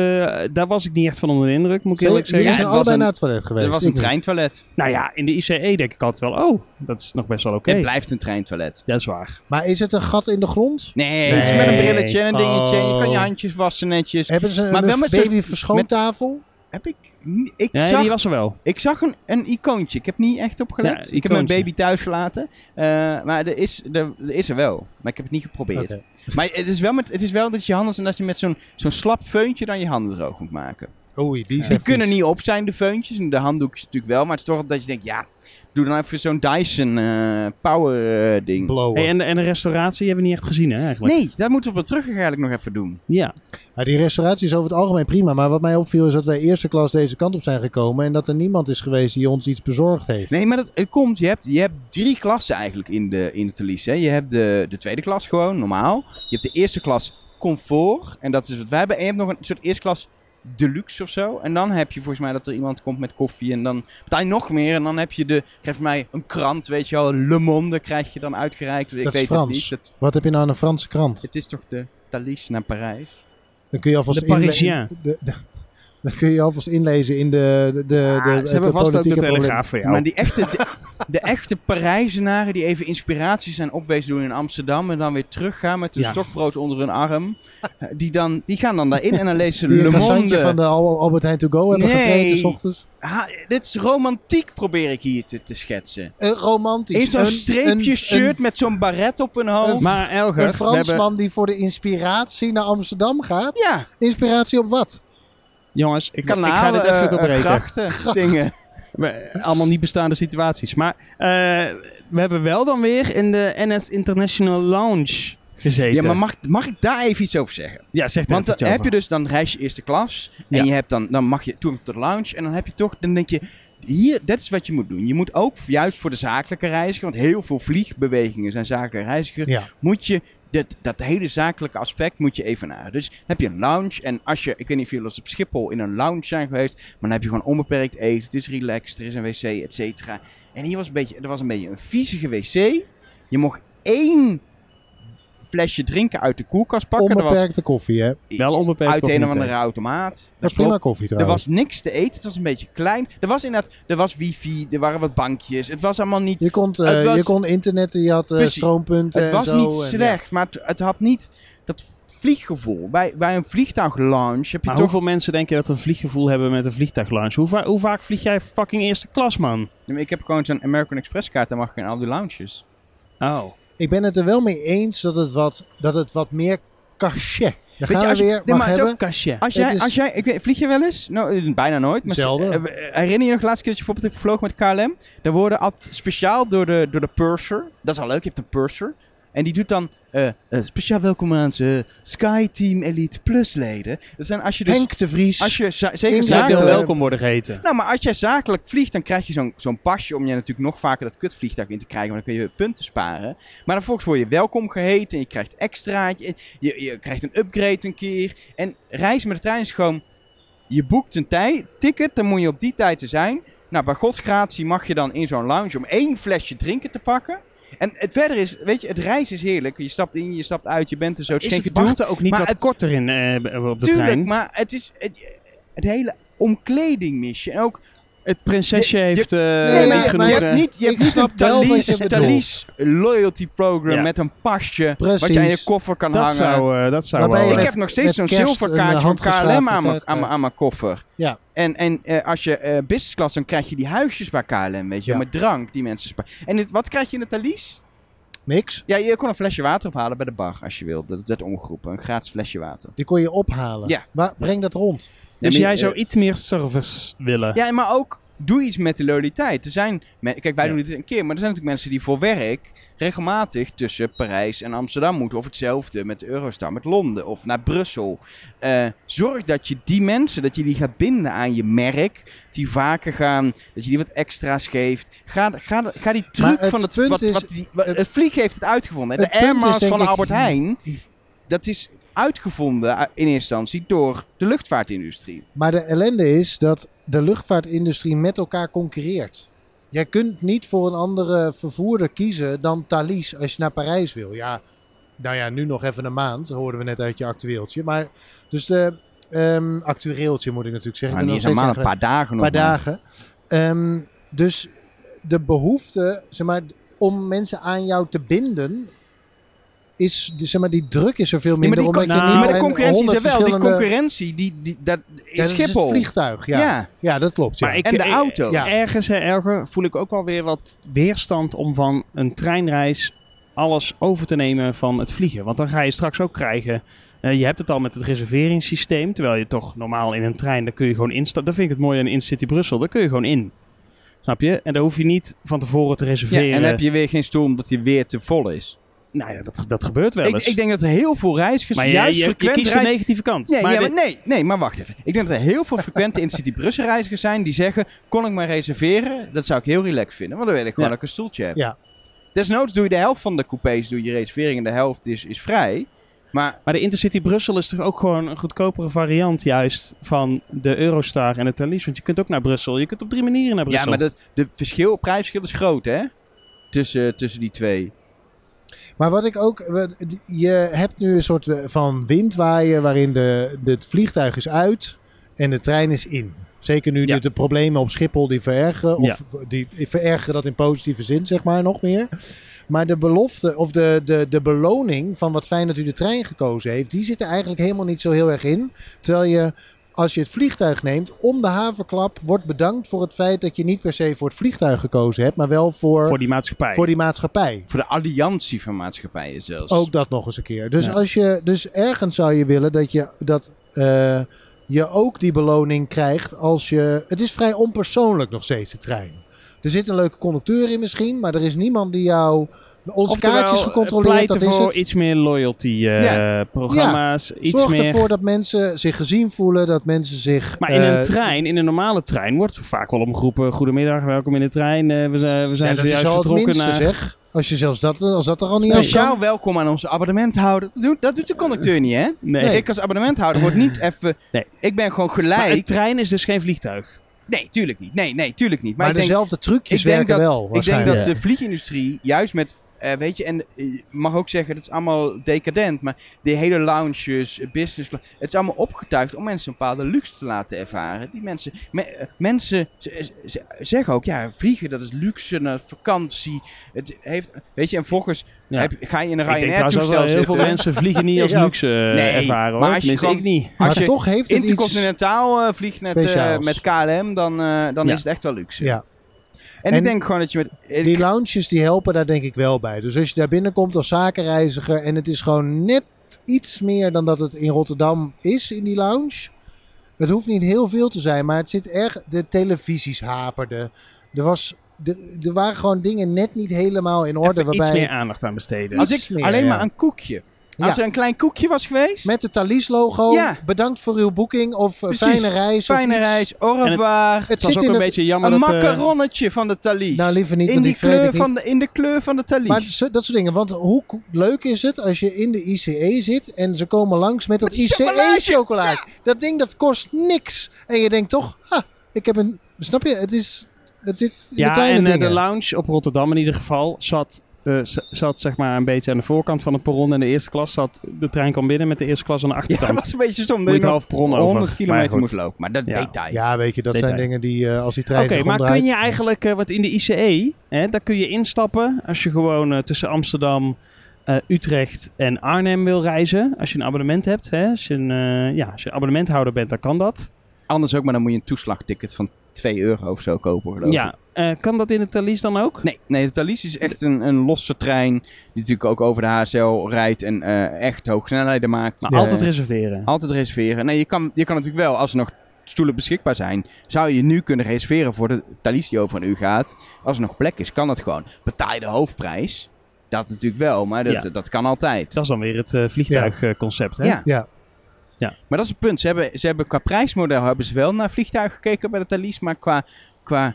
A: de, daar was ik niet echt van onder de indruk, moet ik
C: Jullie
A: eerlijk zeggen.
C: zijn
B: het was
C: allebei
B: een-
C: naar het toilet geweest.
B: Er was
C: ik
B: een
C: niet.
B: treintoilet.
A: Nou ja, in de ICE denk ik altijd wel, oh, dat is nog best wel oké.
B: Het blijft een treintoilet.
A: Dat is waar.
C: Maar is het een gat in de grond?
B: Nee,
C: Nee.
B: iets met een brilletje en een dingetje. Je kan je
C: Oh.
B: handjes wassen netjes.
C: Hebben ze
B: Maar wel
C: een
B: met zo'n-
C: baby verschoontafel?
B: Eh, Heb ik... ni- Ik
A: Ja,
B: zag,
A: die was er wel.
B: ik zag een, een icoontje. Ik heb niet echt
A: Ja,
B: opgelet. ik heb
A: icoontje.
B: mijn baby thuis gelaten. Eh, maar er is, er, er is er wel. Maar ik heb het niet geprobeerd.
C: Oké.
B: Maar het is, wel met, het is wel dat je handen en dat je met zo'n zo'n slap feuntje dan je handen droog moet maken.
C: Oei, die,
B: Die
C: zijn
B: kunnen
C: vies.
B: niet op zijn, de feuntjes. En de handdoekjes natuurlijk wel. Maar het is toch dat je denkt, ja, doe dan even zo'n Dyson eh, Power eh, ding.
C: blowen.
A: Hey, en, de- en de restauratie hebben we niet echt gezien, hè, eigenlijk.
B: Nee, daar moeten we op terug eigenlijk nog even doen.
A: Ja.
C: Maar die restauratie is over het algemeen prima. Maar wat mij opviel is dat wij eerste klas deze kant op zijn gekomen. En dat er niemand is geweest die ons iets bezorgd heeft.
B: Nee, maar dat het komt. Je hebt, je hebt drie klassen eigenlijk in de, in de Thalys. Hè. Je hebt de, de tweede klas gewoon, normaal. Je hebt de eerste klas comfort. En dat is wat wij hebben. En je hebt nog een soort eerste klas deluxe of zo. En dan heb je volgens mij dat er iemand komt met koffie. En dan betaal je nog meer. En dan heb je de, geef mij een krant, weet je wel. Le Monde krijg je dan uitgereikt. Ik
C: Dat is
B: weet
C: Frans.
B: het niet. Dat,
C: Wat heb je nou aan een Franse krant?
B: Het is toch de Thalys naar Parijs?
C: Dan kun je alvast
A: De Parisien.
C: inle- de- de- Dan kun je alvast inlezen in de, de, de,
A: Ah,
C: de,
A: ze hebben vast ook de
C: politieke problemen.
A: Telegraaf voor jou.
B: Maar die echte, de, de echte Parijzenaren die even inspiraties en opwees doen in Amsterdam en dan weer teruggaan met hun
A: Ja.
B: stokbrood onder hun arm, eh, die, dan, die gaan dan daarin en dan lezen ze
C: Die
B: Le
C: een croissantje
B: Monde.
C: van de Al- Albert Heijn To Go hebben
B: Nee.
C: gevreten s ochtends.
B: Ha, dit is romantiek, probeer ik hier te, te schetsen.
C: Eh, romantisch.
B: In zo'n
C: Een-
B: streepje
C: een-
B: shirt met zo'n baret op hun hoofd.
A: Maar Elger,
C: Een, een
A: we hebben-
C: Fransman die voor de inspiratie naar Amsterdam gaat.
B: ja,
C: Inspiratie op wat?
A: jongens, ik, ik
B: kanalen,
A: ga dit even
B: eh, eh,
A: doorbreken.
B: krachten, dingen.
A: We- Allemaal niet bestaande situaties. Maar eh, we hebben wel dan weer in de NS International Lounge gezeten.
B: Ja, maar mag, mag ik daar even iets over zeggen?
A: Ja, zeg daar
B: Want
A: even iets
B: dan heb
A: over.
B: je dus, dan reis je eerste klas. En
A: Ja.
B: je hebt dan, dan mag je toen tot de lounge. En dan heb je toch, dan denk je, hier, dat is wat je moet doen. Je moet ook, juist voor de zakelijke reiziger, want heel veel vliegbewegingen zijn zakelijke reiziger,
C: Ja.
B: moet je dat, dat hele zakelijke aspect moet je even naar. Dus dan heb je een lounge. En als je, ik weet niet of jullie eens op Schiphol in een lounge zijn geweest, maar dan heb je gewoon onbeperkt eten. Het is relaxed, er is een wc, et cetera. En hier was een beetje, er was een beetje een viezige wc. Je mocht één flesje drinken uit de koelkast pakken. Er was
C: Onbeperkte koffie, hè?
A: Wel onbeperkt
B: uit een of
A: koffie
B: andere automaat.
C: Dat
B: Dat
C: is prima
B: klopt.
C: koffie
B: Er
C: trouwens.
B: was niks te eten, het was een beetje klein. Er was inderdaad, er was wifi, er waren wat bankjes. Het was allemaal niet,
C: Je kon, eh,
B: Het was-
C: je kon internetten, je had eh,
B: Precies.
C: stroompunten
B: het
C: en
B: was
C: zo.
B: niet
C: en-
B: slecht, maar het, het had niet dat vlieggevoel. Bij, bij een vliegtuiglounge heb je
A: Maar
B: toch...
A: hoeveel mensen denken dat een vlieggevoel hebben met een vliegtuiglounge? Hoe, va- hoe vaak vlieg jij fucking eerste klas, man?
B: Nee, maar Ik heb gewoon zo'n American Express kaart, daar mag ik in al die lounges.
A: Oh.
C: Ik ben het er wel mee eens dat het wat, dat het wat meer cachet. Daar
B: je,
C: gaan we
B: als je-
C: weer
B: nee,
C: mag
B: maar het is
C: hebben.
A: Kastje.
B: Als jij,
C: Het is-
B: als jij ik weet, vlieg je wel eens? Nou, eh, bijna nooit. Maar s-
C: Zelden.
B: eh, eh, herinner je nog de laatste keer dat je bijvoorbeeld hebt gevlogen met KLM? Daar worden altijd speciaal door de, door de purser, dat is al leuk, je hebt een purser. En die doet dan eh, eh, speciaal welkom aan zijn Sky Team Elite Plus leden. Dat zijn als je dus,
C: Henk de Vries.
B: als je za- zeker
C: India
A: Jij wil
C: eh,
B: zakelijk...
A: welkom worden geheten.
B: Nou, maar als jij zakelijk vliegt, dan krijg je zo'n zo'n pasje om je natuurlijk nog vaker dat kutvliegtuig in te krijgen. Want dan kun je punten sparen. Maar vervolgens word je welkom geheten en je krijgt extraatje. en Je, je krijgt een upgrade een keer. En reizen met de trein is gewoon... Je boekt een tij, ticket, dan moet je op die tijd er zijn. Nou, bij godsgratie mag je dan in zo'n lounge om één flesje drinken te pakken. En het verder is, weet je, het reizen is heerlijk. Je stapt in, je stapt uit, je bent er zo. Het is
A: Is
B: geen
A: het
B: gedoe.
A: wachten ook niet
B: maar
A: wat
B: het-
A: korter in, eh, op de
B: Tuurlijk,
A: trein?
B: maar het is... Het, het hele omkleding mis je. En ook
A: Het prinsesje
B: Je- je-
A: heeft eh,
C: Nee,
A: niet
C: maar-
A: genoeg...
C: maar
B: je
A: eh,
B: hebt niet, je hebt
C: ik
B: niet
C: snap
B: een
C: wel wat je
B: Thalys,
C: bedoelt.
B: Thalys loyalty program
A: Ja.
B: met een pasje wat
C: Precies.
B: je aan je koffer kan
A: dat,
B: hangen.
A: zou, eh, dat zou
C: Waarbij
A: wel...
C: je-
B: ik
A: eh,
B: heb nog steeds
C: met
B: zo'n
C: kerst een,
B: zilverkaartje
C: eh,
B: van KLM aan mijn-
C: handgeschaafde
B: aan mijn- aan mijn koffer.
C: Ja.
B: En, en eh, als je eh business class, dan krijg je die huisjes bij KLM, weet je,
C: Ja.
B: met drank die mensen sparen. En dit, wat krijg je in de Thalys?
C: Niks.
B: Ja, je kon een flesje water ophalen bij de bar als je wilde. Dat werd omgeroepen, een gratis flesje water.
C: Die kon je ophalen.
B: Ja.
C: Maar breng dat rond.
A: Dus
B: Ja, maar-
A: jij zou iets meer service willen.
B: Ja, maar ook doe iets met de loyaliteit. Er zijn, me- kijk, wij
A: Ja.
B: doen dit een keer, maar er zijn natuurlijk mensen die voor werk regelmatig tussen Parijs en Amsterdam moeten. Of hetzelfde met de Eurostar, met Londen of naar Brussel. Eh, zorg dat je die mensen, dat je die gaat binden aan je merk. Die vaker gaan, dat je die wat extra's geeft. Ga, ga, ga die
C: Maar
B: truc
C: het
B: van het,
C: punt
B: wat,
C: is-
B: wat die, wat-
C: het-
B: het vlieg heeft het uitgevonden. hè. De
C: het punt
B: Air
C: is,
B: Maas
C: denk
B: van
C: ik-
B: Albert Heijn, dat is uitgevonden eh, in eerste instantie door de luchtvaartindustrie.
C: Maar de ellende is dat de luchtvaartindustrie met elkaar concurreert. Jij kunt niet voor een andere vervoerder kiezen dan Thalys als je naar Parijs wil. Ja, nou ja, nu nog even een maand, hoorden we net uit je actueeltje. Maar, dus de, ehm, actueeltje moet ik natuurlijk zeggen.
B: Maar
C: Ik
B: niet
C: ben
B: eens
C: nog
B: een maand,
C: steeds
B: een paar dagen nog.
C: een paar
B: maar.
C: dagen. Ehm, dus de behoefte zeg maar, om mensen aan jou te binden, is, die- zeg maar, die druk is er veel
B: Nee, maar
C: minder.
B: die
C: omdat
A: con-
C: je
A: nou,
C: niet
B: Ah, maar de
C: een
B: concurrentie is er wel.
C: honderd
B: Die
C: verschillende-
B: concurrentie, die, die, dat is
C: Ja, dat is
B: Schiphol.
C: het vliegtuig, ja. ja.
B: Ja.
C: dat klopt. Ja.
A: Maar ik,
B: En de
A: eh,
B: auto.
C: Ja.
A: Ergens, hè, erger, voel ik ook wel weer wat weerstand om van een treinreis alles over te nemen van het vliegen. Want dan ga je straks ook krijgen... eh, je hebt het al met het reserveringssysteem, terwijl je toch normaal in een trein, daar kun je gewoon instappen. Dat vind ik het mooie aan Incity Brussel, daar kun je gewoon in. Snap je? En daar hoef je niet van tevoren te
B: Ja,
A: reserveren.
B: en dan heb je weer geen stoel omdat die weer te vol is.
A: Nou ja, dat, dat gebeurt wel
B: Ik,
A: eens.
B: ik denk dat er heel veel reizigers
A: maar je,
B: juist
A: je, je
B: frequent
A: kiest de
B: reizen-
A: negatieve kant.
B: Nee,
A: maar
B: ja,
A: dit-
B: maar nee, nee, maar wacht even. Ik denk dat er heel veel frequente Intercity Brussel reizigers zijn die zeggen... kon ik maar reserveren? Dat zou ik heel relaxed vinden. Want dan weet ik gewoon
A: Ja.
B: dat ik een stoeltje heb.
C: Ja.
B: Desnoods doe je de helft van de coupés, doe je reservering... en de helft is, is vrij. Maar
A: Maar de Intercity Brussel is toch ook gewoon een goedkopere variant juist van de Eurostar en de Thalys. Want je kunt ook naar Brussel. Je kunt op drie manieren naar
B: ja,
A: Brussel.
B: maar dat, de verschil, prijsverschil is groot, hè? Tussen, tussen die twee.
C: Maar wat ik ook. we- Je hebt nu een soort eh, van windwaaien waarin de, de, het vliegtuig is uit en de trein is in. Zeker nu
A: Ja.
C: de problemen op Schiphol die verergeren. Of die verergeren dat in positieve zin, zeg maar, nog meer. Maar de belofte of de, de, de beloning van wat fijn dat u de trein gekozen heeft, die zit er eigenlijk helemaal niet zo heel erg in. Terwijl je, als je het vliegtuig neemt, om de haverklap wordt bedankt voor het feit dat je niet per se voor het vliegtuig gekozen hebt, maar wel voor,
A: voor die maatschappij.
C: voor die maatschappij.
B: Voor de alliantie van maatschappijen zelfs.
C: Ook dat nog eens een keer. Dus,
B: Ja.
C: als je, dus ergens zou je willen dat je, dat, eh, je ook die beloning krijgt als je... Het is vrij onpersoonlijk nog steeds, de trein. Er zit een leuke conducteur in misschien, maar er is niemand die jou... Onze
A: Oftewel,
B: eh,
C: kaartjes gecontroleerd,
A: pleiten
C: dat is
A: voor
C: het.
A: iets meer loyalty-programma's. iets
C: Zorg
A: meer...
C: ervoor dat mensen zich gezien voelen, dat mensen zich...
A: Maar in
C: eh,
A: een trein, in een normale trein, wordt vaak wel omgeroepen... Goedemiddag, welkom in de trein. eh, we zijn, we zijn
C: ja, dat is
A: zojuist
C: al het
A: vertrokken
C: minste,
A: naar...
C: zeg. Als je zelfs dat, als dat er al niet aan kan.
B: Speciaal welkom aan onze abonnementhouder. Dat doet, dat doet de conducteur niet, hè?
A: Nee,
B: Ik als abonnementhouder word niet even...
A: Nee.
B: Ik ben gewoon
A: maar een
B: gelijk.
A: trein is dus geen vliegtuig.
B: Nee, tuurlijk niet. Nee, nee, tuurlijk niet. Maar,
C: Maar,
B: ik denk,
C: dezelfde trucjes
B: ik denk
C: werken
B: dat-
C: wel,
B: ik denk
C: waarschijnlijk.
B: dat
A: Ja.
B: de vliegindustrie juist met... eh, weet je, en eh, je mag ook zeggen, dat is allemaal decadent. Maar die hele lounges, eh, business cla- Het is allemaal opgetuigd om mensen een bepaalde luxe te laten ervaren. Die mensen... me- eh, mensen z- z- zeggen ook, ja, vliegen dat is luxe, naar vakantie. Het heeft... Weet je, en volgens
A: Ja.
B: heb- ga je in een
A: ik denk trouwens wel
B: Ryanair-toestel
A: heel veel
B: zitten.
A: mensen vliegen niet als
C: Ja.
A: luxe eh,
B: Nee,
A: ervaren. Hoor.
B: maar als je
A: Tenminste,
B: gewoon-
A: ik niet.
B: Als
C: maar
B: je
C: toch heeft het iets...
B: intercontinentaal eh, vliegt met, eh,
C: speciaals.
B: met KLM, dan, eh, dan
A: Ja.
B: is het echt wel luxe.
C: Ja.
B: En,
C: En
B: ik denk gewoon dat je met... eh,
C: Die lounges die helpen daar denk ik wel bij. Dus als je daar binnenkomt als zakenreiziger en het is gewoon net iets meer dan dat het in Rotterdam is in die lounge. Het hoeft niet heel veel te zijn, maar het zit erg. De televisies haperden. Er, was, de, er waren gewoon dingen net niet helemaal in orde.
A: Even iets
C: waarbij
A: meer aandacht aan besteden.
B: als
C: iets
B: ik
C: meer,
B: alleen
C: ja.
B: maar een koekje. Als
C: Ja.
B: er een klein koekje was geweest,
C: met de Thalys logo.
B: Ja.
C: Bedankt voor uw boeking of eh,
B: Precies,
C: fijne reis.
B: fijne
C: of iets.
B: reis, au
A: het-
B: revoir.
C: Het
A: Het was
C: zit
A: ook
C: in
A: een
C: het-
A: beetje jammer
B: een
A: dat... eh,
B: macaronnetje van de Thalys.
C: Nou, liever niet,
B: in,
C: want
B: die
C: die weet ik
B: kleur
C: niet.
B: van de, in de kleur van de Thalys.
C: Maar zo- dat soort dingen. Want hoe k- leuk is het als je in de ICE zit en ze komen langs met dat E
B: Met chocolaatje,
C: ICE-chocolaat. Dat ding dat kost niks. En je denkt toch, ha, ik heb een... Snap je? Het is... Het zit in de
A: ja,
C: kleine
A: en eh,
C: dingen.
A: de lounge op Rotterdam in ieder geval zat, eh, z- zat zeg maar een beetje aan de voorkant van het perron. En de eerste klas zat... De trein kwam binnen met de eerste klas aan de
B: ja,
A: achterkant.
B: dat was een beetje stom.
A: Moet
B: Dat
A: je
B: je
A: het
B: nog
A: half perron over.
B: 100
A: Maar
B: kilometer
A: goed.
B: moest lopen. Maar dat
A: Ja.
B: detail.
C: ja, weet je, dat
A: Detail.
C: zijn dingen die eh, als die trein
A: Oké,
C: erom
A: maar
C: draait-
A: kun je eigenlijk, eh, wat in de ICE, hè, daar kun je instappen als je gewoon eh, tussen Amsterdam, eh, Utrecht en Arnhem wil reizen. Als je een abonnement hebt, hè, als, je een, eh, ja, als je een abonnementhouder bent, dan kan dat.
B: Anders ook, maar dan moet je een toeslagticket van 2 euro of zo kopen, geloof ik.
A: Ja, eh, kan dat in de Thalys dan ook?
B: Nee, nee, de Thalys is echt een, een losse trein. Die natuurlijk ook over de HSL rijdt en eh, echt hoge snelheden maakt.
A: Maar
B: Eh,
A: altijd reserveren.
B: altijd reserveren. Nee, je kan, je kan natuurlijk wel, als er nog stoelen beschikbaar zijn, zou je nu kunnen reserveren voor de Thalys die over een uur gaat. Als er nog plek is, kan dat gewoon. Betaal je de hoofdprijs? Dat natuurlijk wel, maar dat,
A: Ja.
B: dat kan altijd.
A: Dat is dan weer het eh, vliegtuigconcept, hè?
B: ja.
C: Ja.
A: Ja.
B: Maar dat is het punt. Ze hebben, ze hebben qua prijsmodel hebben ze wel naar vliegtuigen gekeken bij de Thalys, maar qua, qua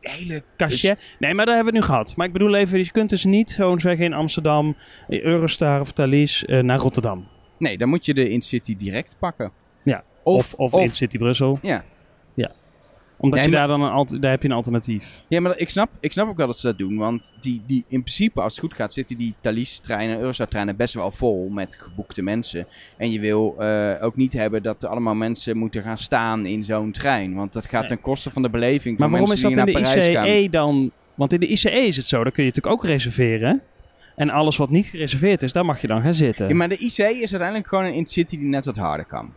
B: hele
A: Kastje. Nee, maar daar hebben we het nu gehad. Maar ik bedoel even, je kunt dus niet gewoon zeggen in Amsterdam, eh, Eurostar of Thalys eh, naar Rotterdam.
B: Nee, dan moet je de Intercity direct pakken.
A: Ja.
B: Of,
A: Of, of,
B: of-
A: in City Brussel.
B: Ja.
A: Ja. Omdat
B: Nee,
A: je
B: maar-
A: daar dan een, alt- daar heb je een alternatief.
B: Ja, maar ik snap, ik snap ook wel dat ze dat doen. Want die, die, in principe, als het goed gaat, zitten die Thalys-treinen, Eurostar-treinen best wel vol met geboekte mensen. En je wil eh, ook niet hebben dat er allemaal mensen moeten gaan staan in zo'n trein. Want dat gaat
A: Nee.
B: ten koste van de beleving
A: Maar
B: van
A: waarom is
B: mensen
A: dat in de E?
B: die naar Parijs gaan.
A: ICE dan? Want in de ICE is het zo, dan kun je natuurlijk ook reserveren. En alles wat niet gereserveerd is, daar mag je dan gaan zitten.
B: Ja, maar de IC is uiteindelijk gewoon een intercity die net wat harder kan.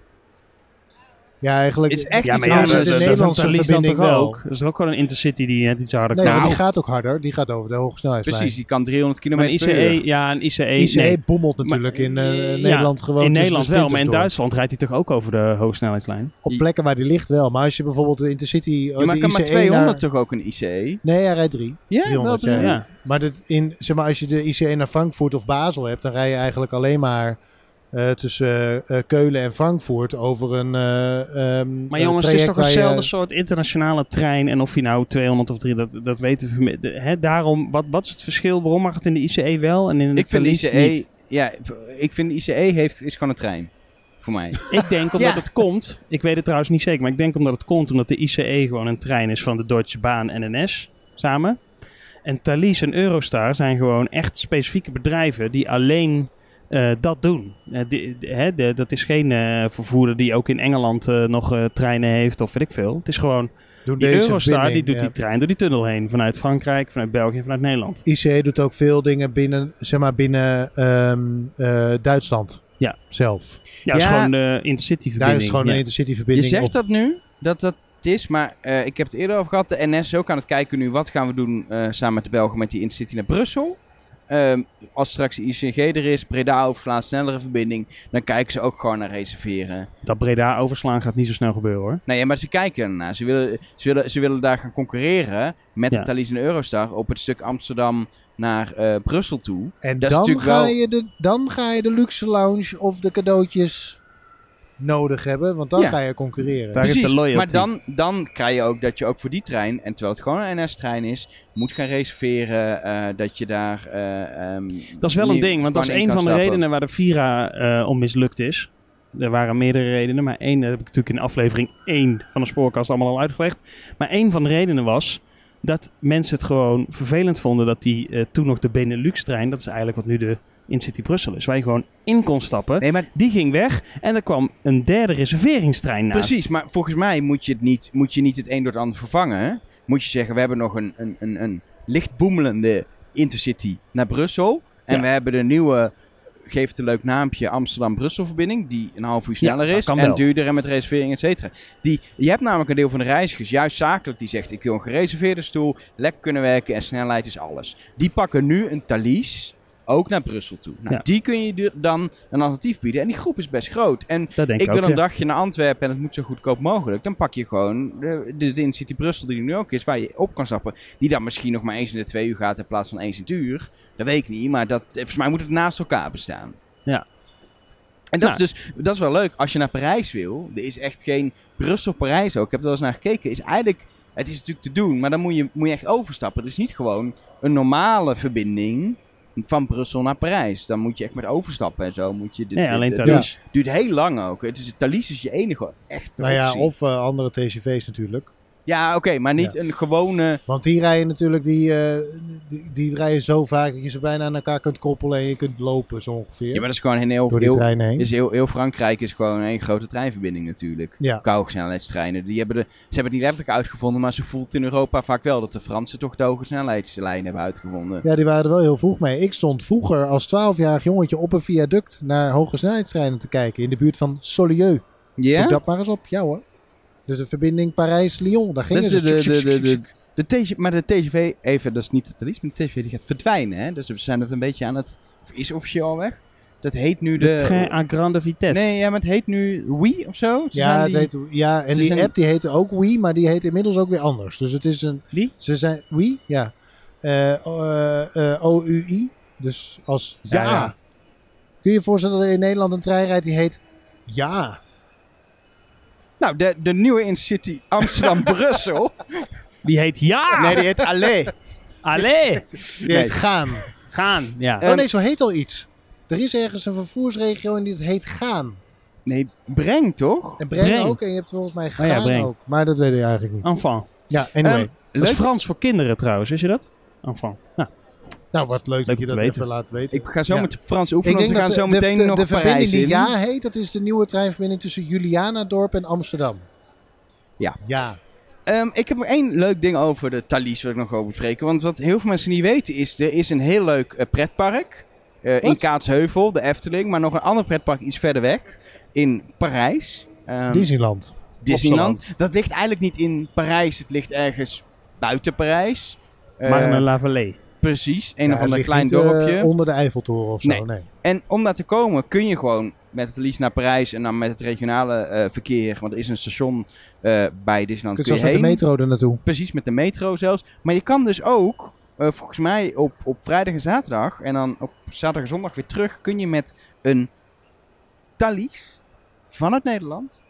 C: Ja, eigenlijk...
B: Is echt
A: Ja,
B: iets
A: maar ja,
B: anders.
C: anders.
A: dat-
C: De
A: dat- dat is een
C: Nederlandse
A: Thalys dan
C: verbinding
A: toch
C: wel.
A: ook? Dat is ook gewoon een intercity die net iets harder
C: Nee,
A: kan.
C: want die
A: Nou,
C: gaat ook harder. Die gaat over de hoge snelheidslijn.
B: Precies, die kan 300
A: maar een
B: kilometer per uur.
C: Oh,
A: ICE, ja, een ICE.
C: ICE
A: nee.
C: bommelt natuurlijk
A: Maar-
C: in eh,
A: ja,
C: Nederland gewoon
A: In
C: tussen de
A: Nederland wel, maar in
C: splinters door.
A: Duitsland rijdt hij toch ook over de hoogsnelheidslijn?
C: Op plekken waar die ligt wel. Maar als je bijvoorbeeld de Intercity... eh,
B: Ja, maar
C: de
B: kan maar
C: ICE
B: 200
C: naar-
B: toch ook een E? ICE?
C: Nee, hij rijdt drie.
B: Ja,
C: 300,
B: wel
C: ja.
A: Ja.
C: Maar, dit in, zeg maar als je de ICE naar Frankfurt of Basel hebt, dan rij je eigenlijk alleen maar eh, tussen eh, eh, Keulen en Frankfurt over een. eh, ehm,
A: Maar
C: eh,
A: jongens, het is
C: traject
A: toch
C: waar je-
A: hetzelfde soort internationale trein. En of je nou 200 of 300, dat, dat weten we. de- Hè, daarom, wat, wat is het verschil? Waarom mag het in de ICE wel en in de E
B: Ik vind de
A: Thalys niet?
B: ICE, ja, ik vind de ICE heeft, is gewoon een trein. Voor mij.
A: Ik denk omdat
B: Ja.
A: het komt, ik weet het trouwens niet zeker, E maar ik denk omdat het komt omdat de ICE gewoon een trein is van de Deutsche Bahn en NS samen. En Thalys en Eurostar zijn gewoon echt specifieke bedrijven die alleen eh, dat doen. Eh, die- die- hè, de- dat is geen eh, vervoerder die ook in Engeland eh, nog eh, treinen heeft of weet ik veel. Het is gewoon
C: Doen
A: die
C: deze
A: Eurostar die
C: verbinding,
A: doet
C: ja.
A: die trein door die tunnel heen. Vanuit Frankrijk, vanuit België en vanuit Nederland.
C: ICE doet ook veel dingen binnen, zeg maar, binnen ehm, eh, Duitsland
A: Ja.
C: zelf.
A: Ja, dat is
B: Ja.
A: gewoon de intercity verbinding.
C: Daar is gewoon een intercity
B: Je
C: verbinding
B: zegt
C: op.
B: dat nu, dat dat het is, maar eh, ik heb het eerder over gehad. De NS is ook aan het kijken nu, wat gaan we doen eh, samen met de Belgen met die Intercity naar Brussel? Ehm, als straks de ICG er is, Breda overslaan, snellere verbinding, dan kijken ze ook gewoon naar reserveren.
A: Dat Breda overslaan gaat niet zo snel gebeuren hoor.
B: Nee, ja, maar ze kijken ernaar. Ze willen, ze willen, ze willen daar gaan concurreren met
A: Ja.
B: de Thalys en de Eurostar op het stuk Amsterdam naar eh, Brussel toe.
C: En
B: dat is
C: dan
B: natuurlijk
C: ga,
B: wel-
C: je de, dan ga je de luxe lounge of de cadeautjes nodig hebben, want dan
B: Ja.
C: ga je concurreren.
A: Daar is de loyalty.
B: maar dan, dan krijg je ook dat je ook voor die trein, en terwijl het gewoon een NS-trein is, moet gaan reserveren eh, dat je daar... eh, ehm,
A: Dat is wel een
B: nieuw-
A: ding, want dat is
B: gewoon in
A: een
B: kan
A: van de
B: stappen.
A: redenen waar de Vira eh, om mislukt is. Er waren meerdere redenen, maar één eh, heb ik natuurlijk in aflevering 1 van de spoorkast allemaal al uitgelegd. Maar één van de redenen was dat mensen het gewoon vervelend vonden dat die eh, toen nog de Benelux-trein, dat is eigenlijk wat nu de Intercity Brussel is, waar je gewoon in kon stappen.
B: Nee, maar
A: Die ging weg en er kwam een derde reserveringstrein naast.
B: precies. Maar volgens mij moet je, het niet, moet je niet het een door het ander vervangen. hè. Moet je zeggen, we hebben nog een, een, een, een licht boemelende Intercity naar Brussel. En
A: Ja.
B: we hebben de nieuwe, geef het een leuk naampje, Amsterdam-Brussel-verbinding. Die een half uur sneller
A: dat
B: is
A: kan
B: en
A: wel.
B: duurder en met reservering, et cetera. Die, je hebt namelijk een deel van de reizigers, juist zakelijk, die zegt... ik wil een gereserveerde stoel, lekker kunnen werken en snelheid is alles. Die pakken nu een Thalys... Ook naar Brussel toe. Nou,
A: Ja.
B: Die kun je du- dan een alternatief bieden. En die groep is best groot. En
A: Dat denk ik,
B: ik wil
A: ook,
B: een
A: ja.
B: dagje naar Antwerpen en het moet zo goedkoop mogelijk. Dan pak je gewoon de, de, de City Brussel die er nu ook is, waar je op kan stappen. Die dan misschien nog maar eens in de twee uur gaat in plaats van eens in het uur. Dat weet ik niet, maar dat, eh, volgens mij moet het naast elkaar bestaan.
A: Ja.
B: En dat
A: Nou.
B: is dus dat is wel leuk. Als je naar Parijs wil, er is echt geen Brussel-Parijs ook. Ik heb er wel eens naar gekeken. Is eigenlijk, het is natuurlijk te doen, maar dan moet je, moet je echt overstappen. Het is niet gewoon een normale verbinding van Brussel naar Parijs. Dan moet je echt met overstappen en zo. Moet je de-
A: Nee,
B: de-
A: alleen
B: de-
A: Thalys.
B: Duurt heel lang ook. Het is, Thalys is je enige echt
C: nou ja,
B: optie.
C: of eh, andere TCV's natuurlijk.
B: Ja, oké, maar niet
C: Ja.
B: een gewone...
C: Want die rijden natuurlijk die, eh, die, die rijden zo vaak dat je ze bijna aan elkaar kunt koppelen en je kunt lopen zo ongeveer.
B: Ja, maar dat is gewoon een heel...
C: door die
B: heel-
C: trein heen.
B: is heel, heel Frankrijk is gewoon één grote treinverbinding natuurlijk.
C: Ja.
B: Koude snelheidstreinen. Die hebben de, ze hebben het niet letterlijk uitgevonden, maar ze voelt in Europa vaak wel dat de Fransen toch de hoge snelheidslijn hebben uitgevonden.
C: Ja, die waren er wel heel vroeg mee. Ik stond vroeger als 12-jarig jongetje op een viaduct naar hoge snelheidstreinen te kijken in de buurt van Solieu.
B: Ja?
C: Zoek dat maar eens op. Ja hoor. Dus de verbinding Parijs-Lyon. Daar
B: Dat
C: gingen
B: is
C: ze.
B: de, de,
C: Tjik,
B: de,
C: tjik,
B: de,
C: tjik,
B: de, de
C: tjik.
B: TGV maar de TGV, even, dat is niet het Thalys, maar de TGV die gaat verdwijnen. Hè? Dus we zijn het een beetje aan het, of is officieel al weg. Dat heet nu de...
A: De trein à grande vitesse.
B: nee, ja, maar het heet nu Wii of zo. Ze
C: Ja,
B: zijn
C: het
B: die-
C: heet, ja, en
B: ze
C: die
B: zijn-
C: app die heette ook Wii, maar die heet inmiddels ook weer anders. Dus het is een...
A: Wie?
C: Ze zijn... Wii? Ja. Eh, o- eh, eh, O-U-I. Dus als ja.
B: Ja, ja.
C: Kun je je voorstellen dat er in Nederland een trein rijdt die heet ja?
B: Nou, de, de nieuwe Intercity Amsterdam-Brussel.
A: Die heet Ja!
B: Nee, die heet Allee.
A: Allee!
C: Die
B: Nee.
C: heet gaan.
A: Gaan, ja.
B: Eh,
C: oh nee, zo heet al iets. Er is ergens een vervoersregio en die het heet gaan.
B: Nee, breng toch?
C: En Breng,
A: Breng.
C: ook. En je hebt volgens mij
A: ja,
C: gaan
A: Breng.
C: ook. Maar dat weet ik eigenlijk niet.
A: Enfant.
C: Ja, anyway.
B: Ehm,
A: Dat is
B: Leuk.
A: Frans voor kinderen trouwens, is je dat? Enfant. Nou,
C: nou, wat leuk, dat
A: om
C: je
A: te
C: dat
A: weten.
C: even laat weten.
B: Ik ga zo
C: Ja.
B: met Frans oefenen, want we gaan
C: dat
B: zo
C: de,
B: meteen
C: de,
B: nog
C: de verbinding
B: Parijs
C: die
B: in.
C: Ja heet, dat is de nieuwe treinverbinding tussen Julianadorp en Amsterdam.
B: Ja.
C: Ja.
B: Ehm, ik heb nog één leuk ding over de Thalys, wil ik nog over bespreken. Want wat heel veel mensen niet weten is, er is een heel leuk eh, pretpark eh, in
C: Wat?
B: Kaatsheuvel, de Efteling. Maar nog een ander pretpark iets verder weg, in Parijs. Ehm,
C: Disneyland.
B: Disneyland. Dat ligt eigenlijk niet in Parijs, het ligt ergens buiten Parijs. Eh,
A: Marne la Vallée.
B: Precies, een
C: Ja,
B: of
C: het
B: ander
C: ligt
B: klein
C: niet, eh,
B: dorpje.
C: onder de Eiffeltoren of zo, nee.
B: Nee. En om daar te komen kun je gewoon met het liefst naar Parijs en dan met het regionale eh, verkeer. Want er is een station eh, bij Disneyland.
C: Kun je
B: kun
C: zelfs
B: je
C: met
B: heen.
C: de metro er naartoe.
B: Precies, met de metro zelfs. Maar je kan dus ook, eh, volgens mij op, op vrijdag en zaterdag en dan op zaterdag en zondag weer terug, kun je met een Thalys vanuit Nederland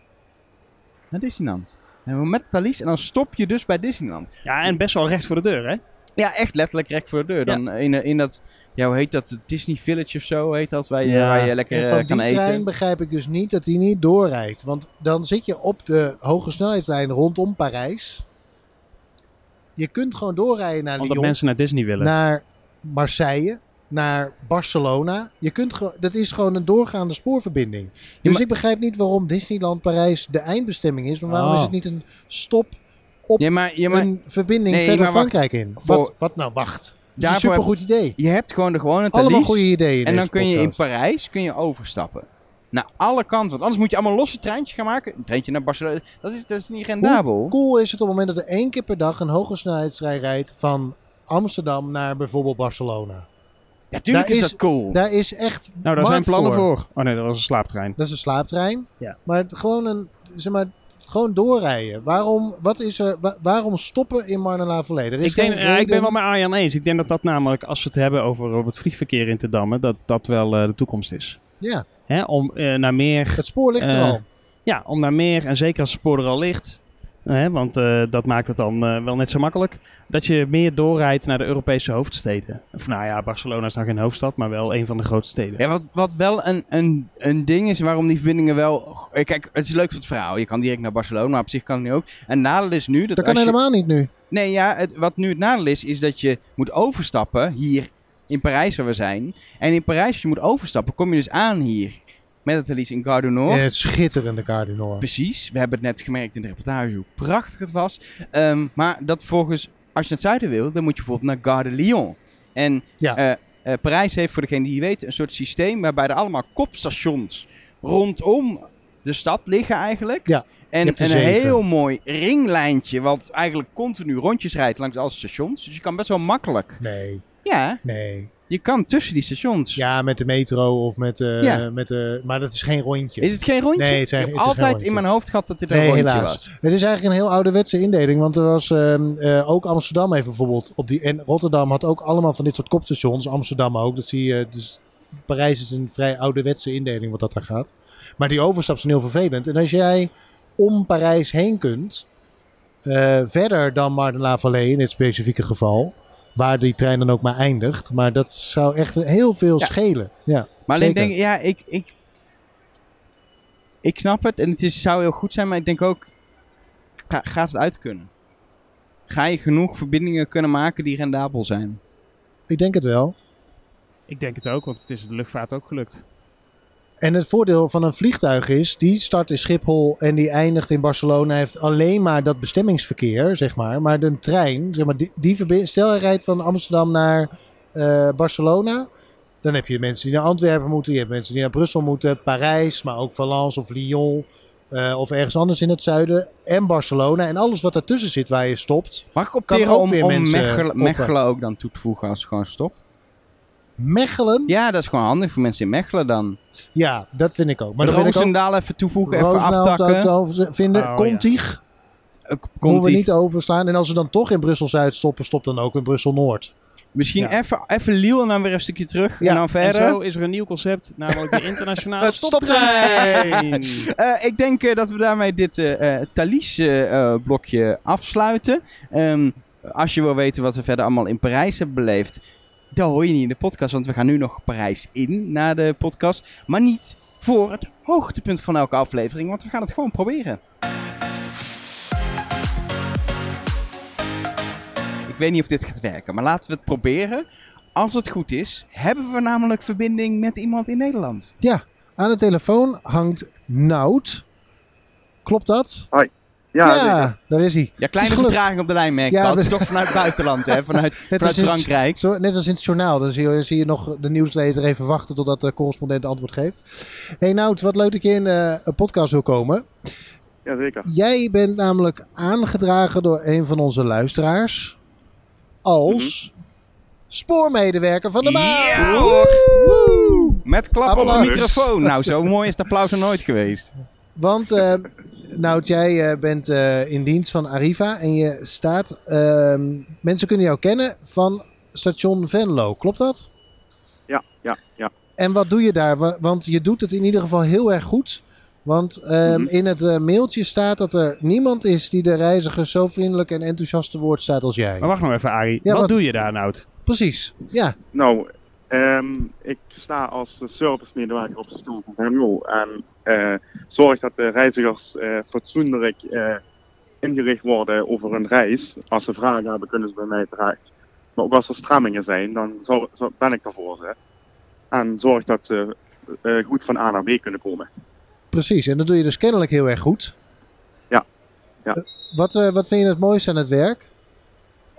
B: naar Disneyland. En met de Thalys en dan stop je dus bij Disneyland.
A: Ja, en best wel recht voor de deur, hè?
B: Ja, echt letterlijk recht voor de deur. Dan in, in dat, ja, hoe heet dat? Disney Village of zo heet dat, waar je,
A: Ja.
B: waar je lekker
C: En
B: eh,
C: van
B: kan
C: die
B: eten.
C: trein begrijp ik dus niet dat die niet doorrijdt. Want dan zit je op de hoge snelheidslijn rondom Parijs. Je kunt gewoon doorrijden naar
A: Omdat
C: Lyon,
A: mensen naar Disney willen.
C: naar Marseille, naar Barcelona. Je kunt gewoon- dat is gewoon een doorgaande spoorverbinding. Dus
B: maar-
C: ik begrijp niet waarom Disneyland Parijs de eindbestemming is. Maar waarom
A: Oh.
C: is het niet een stop,
B: Ja, maar, ja, maar
C: een verbinding
B: Nee,
C: verder
B: maar wacht.
C: Frankrijk in?
B: Voor-
C: Wat, wat nou, wacht. Dat is een
B: Daarvoor heb-
C: supergoed idee.
B: je hebt gewoon de gewone
C: Allemaal
B: talies.
C: goede ideeën
B: En
C: in
B: dan
C: deze
B: kun je in
C: podcast.
B: Parijs kun je overstappen. Naar alle kanten. Want anders moet je allemaal losse treintjes gaan maken. Een treintje naar Barcelona. Dat is, dat is niet rendabel.
C: cool is het op het moment dat er één keer per dag een hoge snelheidstrein rijdt van Amsterdam naar bijvoorbeeld Barcelona.
B: Ja, tuurlijk
C: Daar
B: is,
C: is-
B: dat cool.
C: Daar is echt
A: nou, daar zijn
C: markt
A: plannen voor. Oh nee, dat was een slaaptrein.
C: Dat is een slaaptrein.
A: Ja.
C: Maar het gewoon een, zeg maar, gewoon doorrijden. Waarom, wat is er, wa- waarom stoppen in Marnela Verleden? Er is
A: Ik, denk,
C: geen
A: ja, ik
C: reden-
A: ben wel met Arjan eens. Ik denk dat dat namelijk, als we het hebben over eh, het vliegverkeer in te dammen, dat dat wel eh, de toekomst is.
C: Ja,
A: Hè, om eh, naar meer
C: het spoor ligt er
A: Eh,
C: al.
A: Ja, om naar meer en zeker als het spoor er al ligt. Hè, want eh, dat maakt het dan eh, wel net zo makkelijk. Dat je meer doorrijdt naar de Europese hoofdsteden. Of nou ja, Barcelona is nou geen hoofdstad, maar wel een van de grote steden.
B: Ja, wat, wat wel een, een, een ding is waarom die verbindingen wel... eh, Kijk, het is leuk voor het verhaal. Je kan direct naar Barcelona, maar op zich kan het nu ook. En nadeel is nu... Dat,
C: Dat kan
B: als je-
C: helemaal niet nu.
B: Nee, ja, het, wat nu het nadeel is, is dat je moet overstappen hier in Parijs waar we zijn. En in Parijs, als je moet overstappen, kom je dus aan hier. Met het Elise in Gare du Nord.
C: Eh, het schitterende Cardinal.
B: Precies, we hebben het net gemerkt in de reportage hoe prachtig het was. Ehm, maar dat volgens, als je naar het zuiden wil, dan moet je bijvoorbeeld naar Gare de Lyon. En
C: Ja.
B: eh, eh, Parijs heeft, voor degene die het weet, een soort systeem waarbij er allemaal kopstations rondom de stad liggen eigenlijk.
C: Ja,
B: En,
C: je hebt
B: en
C: er
B: een
C: zeven.
B: heel mooi ringlijntje, wat eigenlijk continu rondjes rijdt langs alle stations. Dus je kan best wel makkelijk.
C: Nee,
B: Ja,
C: nee.
B: je kan tussen die stations.
C: Ja, met de metro of met, eh
B: Ja.
C: met de... Maar dat is geen rondje.
B: Is het geen rondje?
C: Nee, het zijn-
B: ik heb
C: het is geen
B: altijd
C: rondje.
B: in mijn hoofd gehad dat dit een
C: Nee,
B: rondje
C: helaas.
B: was.
C: Het is eigenlijk een heel ouderwetse indeling. Want er was ehm, eh, ook Amsterdam heeft bijvoorbeeld op die. En Rotterdam had ook allemaal van dit soort kopstations. Amsterdam ook. Dat zie je. Dus Parijs is een vrij ouderwetse indeling wat dat daar gaat. Maar die overstap is heel vervelend. En als jij om Parijs heen kunt. eh, verder dan Marne-la-Vallée in dit specifieke geval. Waar die trein dan ook maar eindigt. Maar dat zou echt heel veel
B: Ja.
C: schelen. Ja.
B: Maar alleen
C: Zeker.
B: denk ik, ja, ik, ik, ik snap het en het is, zou heel goed zijn, maar ik denk ook, ga, gaat het uit kunnen? Ga je genoeg verbindingen kunnen maken die rendabel zijn?
C: Ik denk het wel.
A: Ik denk het ook, want het is de luchtvaart ook gelukt.
C: En het voordeel van een vliegtuig is, die start in Schiphol en die eindigt in Barcelona, heeft alleen maar dat bestemmingsverkeer, zeg maar. Maar de trein, zeg maar, die, die verbi- stel hij rijdt van Amsterdam naar eh, Barcelona, dan heb je mensen die naar Antwerpen moeten, je hebt mensen die naar Brussel moeten, Parijs, maar ook Valence of Lyon eh, of ergens anders in het zuiden en Barcelona. En alles wat daartussen zit waar je stopt.
B: Mag ik
C: Kan
B: opteren
C: ook
B: om,
C: weer
B: om
C: mensen
B: Mechelen,
C: oppen.
B: Mechelen ook dan toe te voegen als gewoon stop?
C: Mechelen, ja,
B: Ja, dat is gewoon handig voor mensen in Mechelen dan.
C: dat vind ik ook. Maar
B: Maar
C: dan vind ik ook
B: Roosendaal even toevoegen, even
C: Roosendaal zou ik
B: aftakken.
C: zo vinden.
A: Oh, ja.
C: Contig.
B: Eh,
C: Moeten
B: Komt
C: we
B: ie.
C: niet overslaan. En als ze dan toch in Brussel-Zuid stoppen, stop dan ook in Brussel-Noord.
B: Misschien
A: Ja.
B: even, even Liel en dan weer een stukje terug
C: Ja,
B: en dan
A: En
B: verder.
A: zo is er een nieuw concept, namelijk de internationale
C: Het
A: stoptrein.
B: Eh, ik denk eh, dat we daarmee dit eh Thalys-blokje afsluiten. Ehm, als je wil weten wat we verder allemaal in Parijs hebben beleefd, dat hoor je niet in de podcast, want we gaan nu nog Parijs in na de podcast. Maar niet voor het hoogtepunt van elke aflevering, want we gaan het gewoon proberen. Ik weet niet of dit gaat werken, maar laten we het proberen. Als het goed is, hebben we namelijk verbinding met iemand in Nederland.
C: Ja, aan de telefoon hangt Nout. Klopt dat?
E: Ja, zeker.
C: daar is hij.
B: Ja, kleine
C: Het is gelukt.
B: vertraging op de lijn merk ik
C: Ja,
B: wel. Het is
C: we-
B: toch vanuit het buitenland, hè? Vanuit, vanuit
C: als in het-
B: Frankrijk.
C: Zo, net als in het journaal. Dan zie je, zie je nog de nieuwslezer even wachten totdat de correspondent antwoord geeft. hey Nout, wat leuk dat je in eh, een podcast wil komen.
E: ja, zeker.
C: Jij bent namelijk aangedragen door een van onze luisteraars als
E: Mhm.
C: spoormedewerker van de maand.
D: Ja,
B: Met klap op de
C: Applaus.
B: microfoon. Nou, zo mooi is het applaus er nooit geweest.
C: Want, eh Nout, jij eh, bent eh, in dienst van Arriva en je staat... ehm, mensen kunnen jou kennen van station Venlo, klopt dat?
E: Ja, ja, ja.
C: En wat doe je daar? Wa- Want je doet het in ieder geval heel erg goed. Want ehm,
E: Mhm.
C: in het eh, mailtje staat dat er niemand is die de reiziger zo vriendelijk en enthousiast te woord staat als jij.
E: Oh.
A: Maar wacht nou even, Arie.
C: Ja,
A: wat,
C: wat?
A: doe je daar nou?
C: Precies, ja.
E: Nou, ehm, ik sta als servicemedewerker op de stoel van Hemlo en eh, zorg dat de reizigers eh, fatsoenlijk eh, ingericht worden over een reis. Als ze vragen hebben, kunnen ze bij mij terecht. Maar ook als er strammingen zijn, dan zo, zo ben ik ervoor ze. En zorg dat ze eh, goed van A naar B kunnen komen.
C: Precies, en dat doe je dus kennelijk heel erg goed.
E: Ja, ja.
C: Eh, Wat, eh, wat vind je het mooiste aan het werk?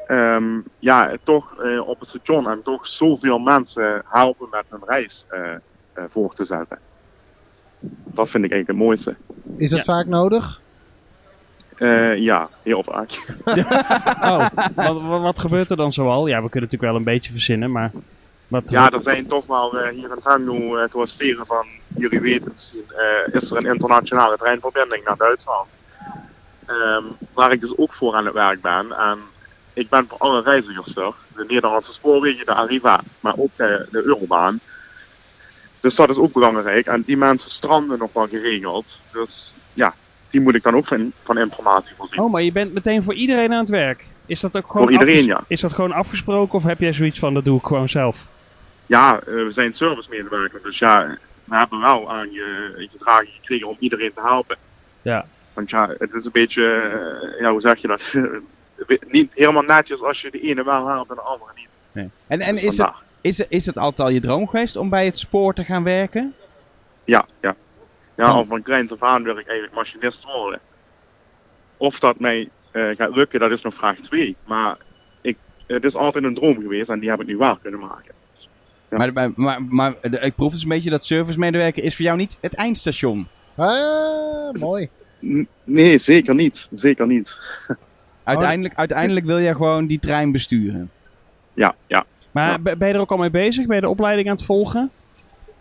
E: Ehm, ja, toch eh, op het station en toch zoveel mensen helpen met hun reis eh, eh, voor te zetten. Dat vind ik eigenlijk het mooiste.
C: Is dat
A: Ja.
C: vaak nodig?
E: Eh, ja, heel vaak.
A: Oh, wat, wat, wat gebeurt er dan zoal? Ja, we kunnen natuurlijk wel een beetje verzinnen, maar... Wat,
E: Ja, er zijn toch wel eh, hier in Hengelo, eh, zoals velen van jullie weten misschien, eh, is er een internationale treinverbinding naar Duitsland. Ehm, waar ik dus ook voor aan het werk ben. En ik ben voor alle reizigers er. De Nederlandse spoorwegen, de Arriva, maar ook eh, de Eurobaan. Dus dat is ook belangrijk. En die mensen stranden nog wel geregeld. Dus ja, die moet ik dan ook van, van informatie voorzien.
A: Oh, maar je bent meteen voor iedereen aan het werk. Is dat ook gewoon
E: Voor iedereen,
A: afges-
E: ja.
A: Is dat gewoon afgesproken of heb jij zoiets van, dat doe ik gewoon zelf?
E: ja, eh, we zijn servicemedewerker, dus ja, we hebben wel aan je gedragen gekregen om iedereen te helpen.
A: Ja.
E: Want ja, het is een beetje, eh, ja, hoe zeg je dat? niet helemaal netjes als je de ene wel helpt en de andere niet.
B: Nee. En, en is, het,
E: Vandaag.
B: is, het, is het altijd al je droom geweest om bij het spoor te gaan werken?
E: Ja, ja. Ja,
B: Van-
E: al van kleins af aan wil ik eigenlijk machinist worden. Of dat mij eh, gaat lukken, dat is nog vraag 2. Maar ik, het is altijd een droom geweest en die heb ik nu waar kunnen maken. Ja.
B: Maar, maar, maar, maar de- ik proef dus een beetje dat servicemedewerker is voor jou niet het eindstation.
C: Ah, mooi.
E: N- nee, zeker niet. Zeker niet. Oh.
B: Uiteindelijk, uiteindelijk wil jij gewoon die trein besturen.
E: Ja, ja.
A: Maar
E: Ja.
A: ben ben je er ook al mee bezig? Ben je de opleiding aan het volgen?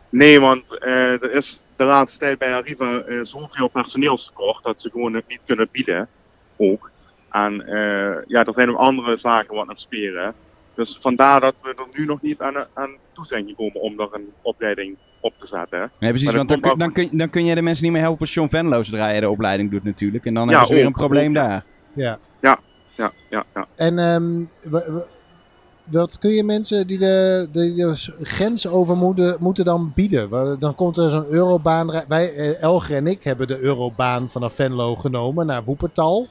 E: Nee, want eh, er is de laatste tijd bij Arriva eh, zoveel personeelstekort dat ze gewoon het niet kunnen bieden. Ook. En eh, ja, er zijn ook andere zaken wat nog spelen. Dus vandaar dat we er nu nog niet aan, aan toe zijn gekomen om daar een opleiding op te zetten.
B: Nee, precies,
E: Maar
B: want
E: dat
B: dan, kun-
E: komt
B: dan, kun, dan kun je de mensen niet meer helpen als John Venlo zodra je de opleiding doet natuurlijk. En dan
E: Ja,
B: hebben ze weer een
E: ook,
B: probleem
E: ook, ja.
B: daar.
E: Ja, ja, ja.
C: En ehm, w- w- wat kun je mensen die de, de, de s- grens over moeten, moeten dan bieden? Wa- Dan komt er zo'n eurobaan. rij- Wij, eh, Elger en ik hebben de eurobaan vanaf Venlo genomen naar Woepertal.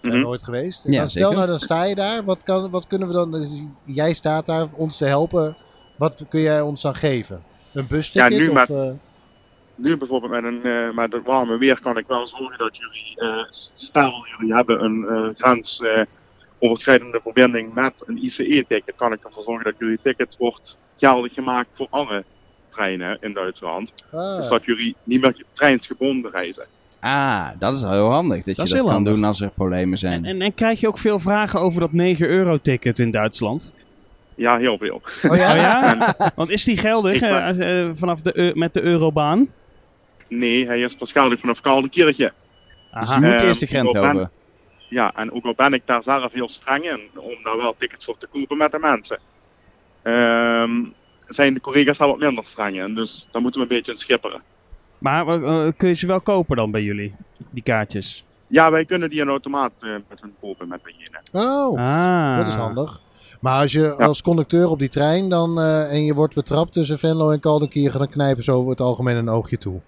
C: Zijn we
E: Mhm.
C: nooit geweest. En
B: Ja,
C: dan stel
B: zeker.
C: nou, dan sta je daar. Wat, kan, wat kunnen we dan... dus Jij staat daar ons te helpen. Wat kun jij ons dan geven? Een busticket?
E: Ja, nu
C: of,
E: maar-
C: eh,
E: Nu bijvoorbeeld met, een, eh, met het warme weer kan ik wel zorgen dat jullie, eh, stel jullie hebben een eh, grens eh, overschrijdende verbinding met een ICE-ticket, kan ik ervoor zorgen dat jullie ticket wordt geldig gemaakt voor alle treinen in Duitsland.
C: ah,
E: Dus dat jullie niet meer treinsgebonden reizen.
B: Ah, dat is wel heel handig
A: Dat is
B: dat, je dat
A: heel
B: kan
A: handig.
B: doen als er problemen zijn.
A: En, en, en krijg je ook veel vragen over dat 9-euro-ticket in Duitsland?
E: Ja, heel veel.
C: oh ja?
A: Oh ja? Want is die geldig
E: Ik
A: eh,
E: ben-
A: als, eh, vanaf de, eu- met de eurobaan?
E: Nee, hij is waarschijnlijk vanaf Koude Kiertje.
B: dus je
A: Aha.
B: moet
E: Ehm,
B: eerst de grens
E: ik wil
B: over.
E: Ja, en ook al ben ik daar zelf heel streng in, om daar wel tickets voor te kopen met de mensen. Ehm, zijn de collega's daar wat minder streng in, dus daar moeten we een beetje in schipperen.
A: Maar eh, eh, kun je ze wel kopen dan bij jullie? Die kaartjes.
E: Ja, wij kunnen die een automaat eh, met hun kopen met degene.
C: Oh.
A: Ah.
C: Dat is handig. Maar als je
E: Ja.
C: als conducteur op die trein dan, eh, en je wordt betrapt tussen Venlo en Kaldenkirchen, dan knijpen ze over het algemeen een oogje toe.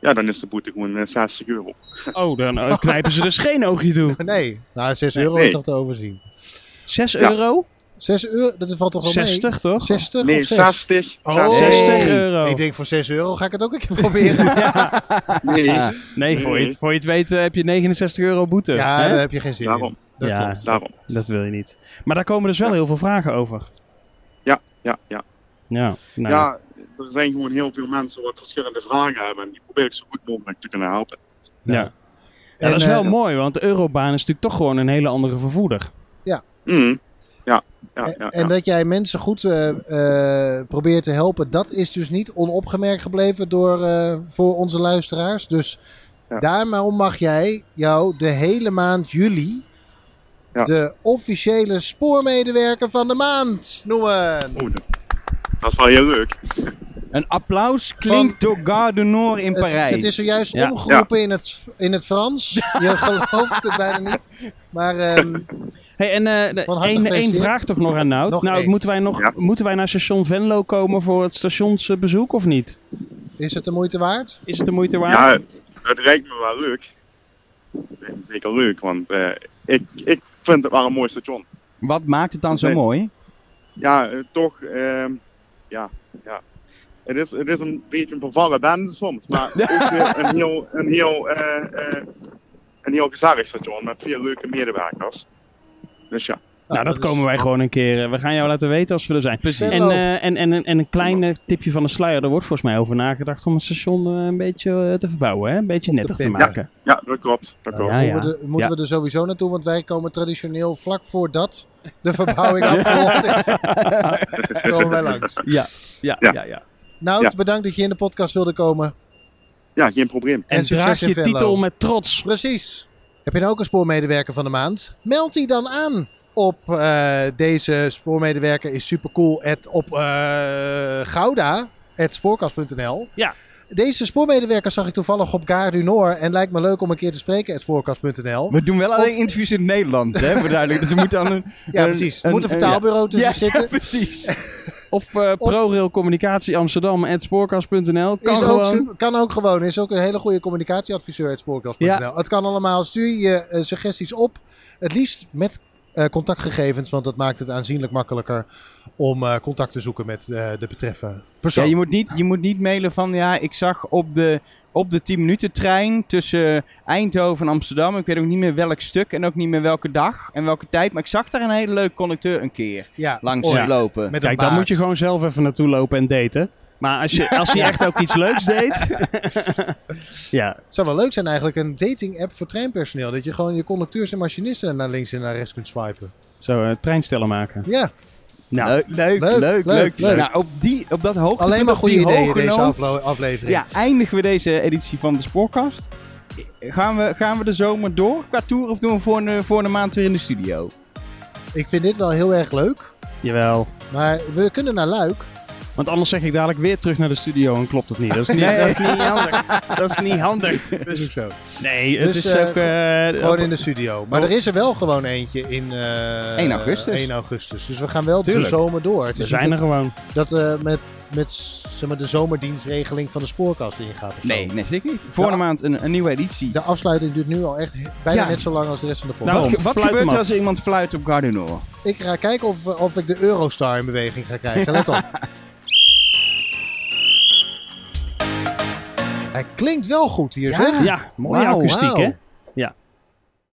E: Ja, dan is de boete gewoon eh, 60 euro.
A: Oh, dan eh, knijpen ze dus geen oogje toe.
C: Nee, nou 6 euro
E: nee.
C: is nog te overzien.
A: 6
E: Ja.
A: euro?
C: 6 euro, dat valt toch wel
A: 60
C: mee?
A: toch?
C: 60
E: Nee,
C: of 6?
E: 60.
C: Oh.
E: 60.
A: 60 euro.
C: Ik denk voor 6 euro ga ik het ook een keer proberen. Ah.
E: Nee,
A: Nee, voor je, het, voor je het weet eh, heb je 69 euro boete.
C: ja,
A: hè?
C: daar heb je geen zin
E: daarom,
C: in. Dat
A: Ja.
C: klopt.
E: daarom.
A: Dat wil je niet. Maar daar komen dus wel
E: Ja.
A: heel veel vragen over.
E: Ja, ja, ja.
A: Ja, nou.
E: Ja, er zijn gewoon heel veel mensen wat verschillende vragen hebben. En die probeer ik zo goed mogelijk te kunnen helpen.
A: Ja.
C: Ja.
A: Ja, dat is
C: En,
A: wel
C: eh,
A: mooi, want de Eurobaan is natuurlijk toch gewoon een hele andere vervoerder.
E: Mm. Ja, ja,
C: en-
E: ja.
C: En
E: ja.
C: dat jij mensen goed eh, eh, probeert te helpen, dat is dus niet onopgemerkt gebleven door, eh, voor onze luisteraars. Dus
E: Ja.
C: daarom mag jij jou de hele maand juli
E: Ja.
C: de officiële spoormedewerker van de maand noemen.
E: Oh, dat- dat is wel heel leuk.
B: Een applaus klinkt door Gare du Nord in Parijs.
C: Het, het is zojuist
A: Ja.
C: omgeroepen In, het, in het Frans. Je gelooft het bijna niet. Maar ehm,
A: Hey, en eh, de-
C: Van harte
A: één, één
C: gefeliciteerd.
A: vraag toch nog aan Nout.
C: Nog
A: nou,
C: één.
A: moeten wij, nog,
E: Ja.
A: moeten wij naar station Venlo komen voor het stationsbezoek of niet?
C: is het de moeite waard?
A: Is het de moeite waard? Nou,
E: Ja, dat lijkt me wel leuk. dat is zeker leuk, want eh, ik, ik vind het maar een mooi station.
B: Wat maakt het dan zo
E: Nee.
B: mooi?
E: ja, eh, toch, ehm, ja, ja. Het is, het is een beetje een vervallen band soms, maar ook weer een heel, een heel, eh, eh, een heel gezellig station met veel leuke medewerkers. Dus ja.
A: Nou, dat komen wij gewoon een keer. eh, We gaan jou laten weten als we er zijn.
B: Precies.
A: En,
C: Hello.
A: eh, en, en, en een klein eh, tipje van de sluier. Er wordt volgens mij over nagedacht om het station eh, een beetje eh, te verbouwen. Hè? Een beetje
C: Op te
A: netter te
C: pimpen.
A: maken.
E: ja, dat klopt. Dat
C: Ja,
E: klopt.
A: ja,
C: moeten
A: Ah, ja.
C: we er, moeten
A: Ja.
C: we er sowieso naartoe, want wij komen traditioneel vlak voordat de verbouwing afgerond is. komen wij langs.
A: Ja,
E: Ja.
A: ja, ja.
C: Nout,
E: Ja.
C: bedankt dat je in de podcast wilde komen.
E: Ja, geen probleem.
A: En,
C: En succes
A: draag
C: in
A: je
C: Venlo.
A: titel met trots.
C: Precies. Heb je nou ook een spoormedewerker van de maand? Meld die dan aan op eh, deze spoormedewerker is supercool at- op eh, Gouda, at spoorkast.nl.
A: Ja.
C: Deze spoormedewerker zag ik toevallig op Gare du Nord en lijkt me leuk om een keer te spreken at spoorkast.nl.
B: We doen wel alleen interviews in het Nederlands, hè, voor duidelijk. Dus we moeten dan een...
C: Ja,
B: een-
C: precies. Er moet een vertaalbureau tussen
B: ja,
C: zitten.
B: ja, precies.
A: Of eh, ProRail Communicatie Amsterdam at spoorkast.nl. Kan
C: Is ook,
A: gewoon.
C: super- kan ook gewoon. Is ook een hele goede communicatieadviseur uit spoorkast.nl.
A: Ja.
C: Het kan allemaal. Stuur je eh, suggesties op. Het liefst met eh, contactgegevens, want dat maakt het aanzienlijk makkelijker om eh, contact te zoeken met eh, de betreffende
B: Ja,
C: persoon.
B: je moet, niet, je moet niet mailen van, ja, ik zag op de, op de 10 minuten trein tussen Eindhoven en Amsterdam. Ik weet ook niet meer welk stuk en ook niet meer welke dag en welke tijd. Maar ik zag daar een hele leuke conducteur een keer
C: ja,
B: langs
A: Ja.
B: lopen.
C: met
A: Kijk,
C: een
A: dan moet je
C: baard.
A: gewoon zelf even naartoe lopen en daten. Maar als je, als je echt ook iets leuks deed. ja,
C: Het zou wel leuk zijn eigenlijk, een dating app voor treinpersoneel. Dat je gewoon je conducteurs en machinisten naar links en naar rechts kunt swipen.
A: zo eh, treinstellen maken.
C: Ja,
A: Nou,
B: Leuk, leuk,
C: Leuk,
B: leuk, leuk.
C: leuk, leuk.
B: Nou, op, die, op dat hoogtepunt,
C: alleen maar
B: op
C: goede
B: die
C: ideeën in
B: hoge
C: deze
B: noot,
C: afle- aflevering.
B: Ja, eindigen we deze editie van de Spoorkast. Gaan we, gaan we de zomer door qua tour of doen we voor een, voor een maand weer in de studio?
C: Ik vind dit wel heel erg leuk.
A: Jawel.
C: Maar we kunnen naar Luik.
A: Want anders zeg ik dadelijk weer terug naar de studio en klopt het niet. Dat is niet,
B: Nee.
A: dat is niet handig. Dat is niet handig. Dus,
C: zo.
A: nee, het
C: Dus,
A: is
C: eh,
A: ook... eh,
C: Gewoon
A: op-
C: in de studio. Maar
A: Oh.
C: er is er wel gewoon eentje in eh,
B: 1 augustus.
C: 1 augustus. Dus we gaan wel
A: Tuurlijk.
C: de zomer door. Het
A: we
C: is
A: zijn er
C: niet
A: gewoon.
C: dat, dat eh, met, met zeg maar, de zomerdienstregeling van de spoorkast ingaat. Of zo.
B: Nee, nee, zeker niet. Voor
C: Ja.
B: een maand een, een nieuwe editie.
C: De afsluiting duurt nu al echt he- bijna
B: Ja.
C: net zo lang als de rest van de podcast.
A: Nou,
B: Wat, ge- wat
A: fluit hem
B: gebeurt er
A: af.
B: als er iemand fluit op Gardenor?
C: Ik ga kijken of, eh, of ik de Eurostar in beweging ga krijgen. Let op. Hij klinkt wel goed hier, zeg.
A: Ja, mooie
C: Wauw,
A: akoestiek,
C: Ah. wauw.
A: hè?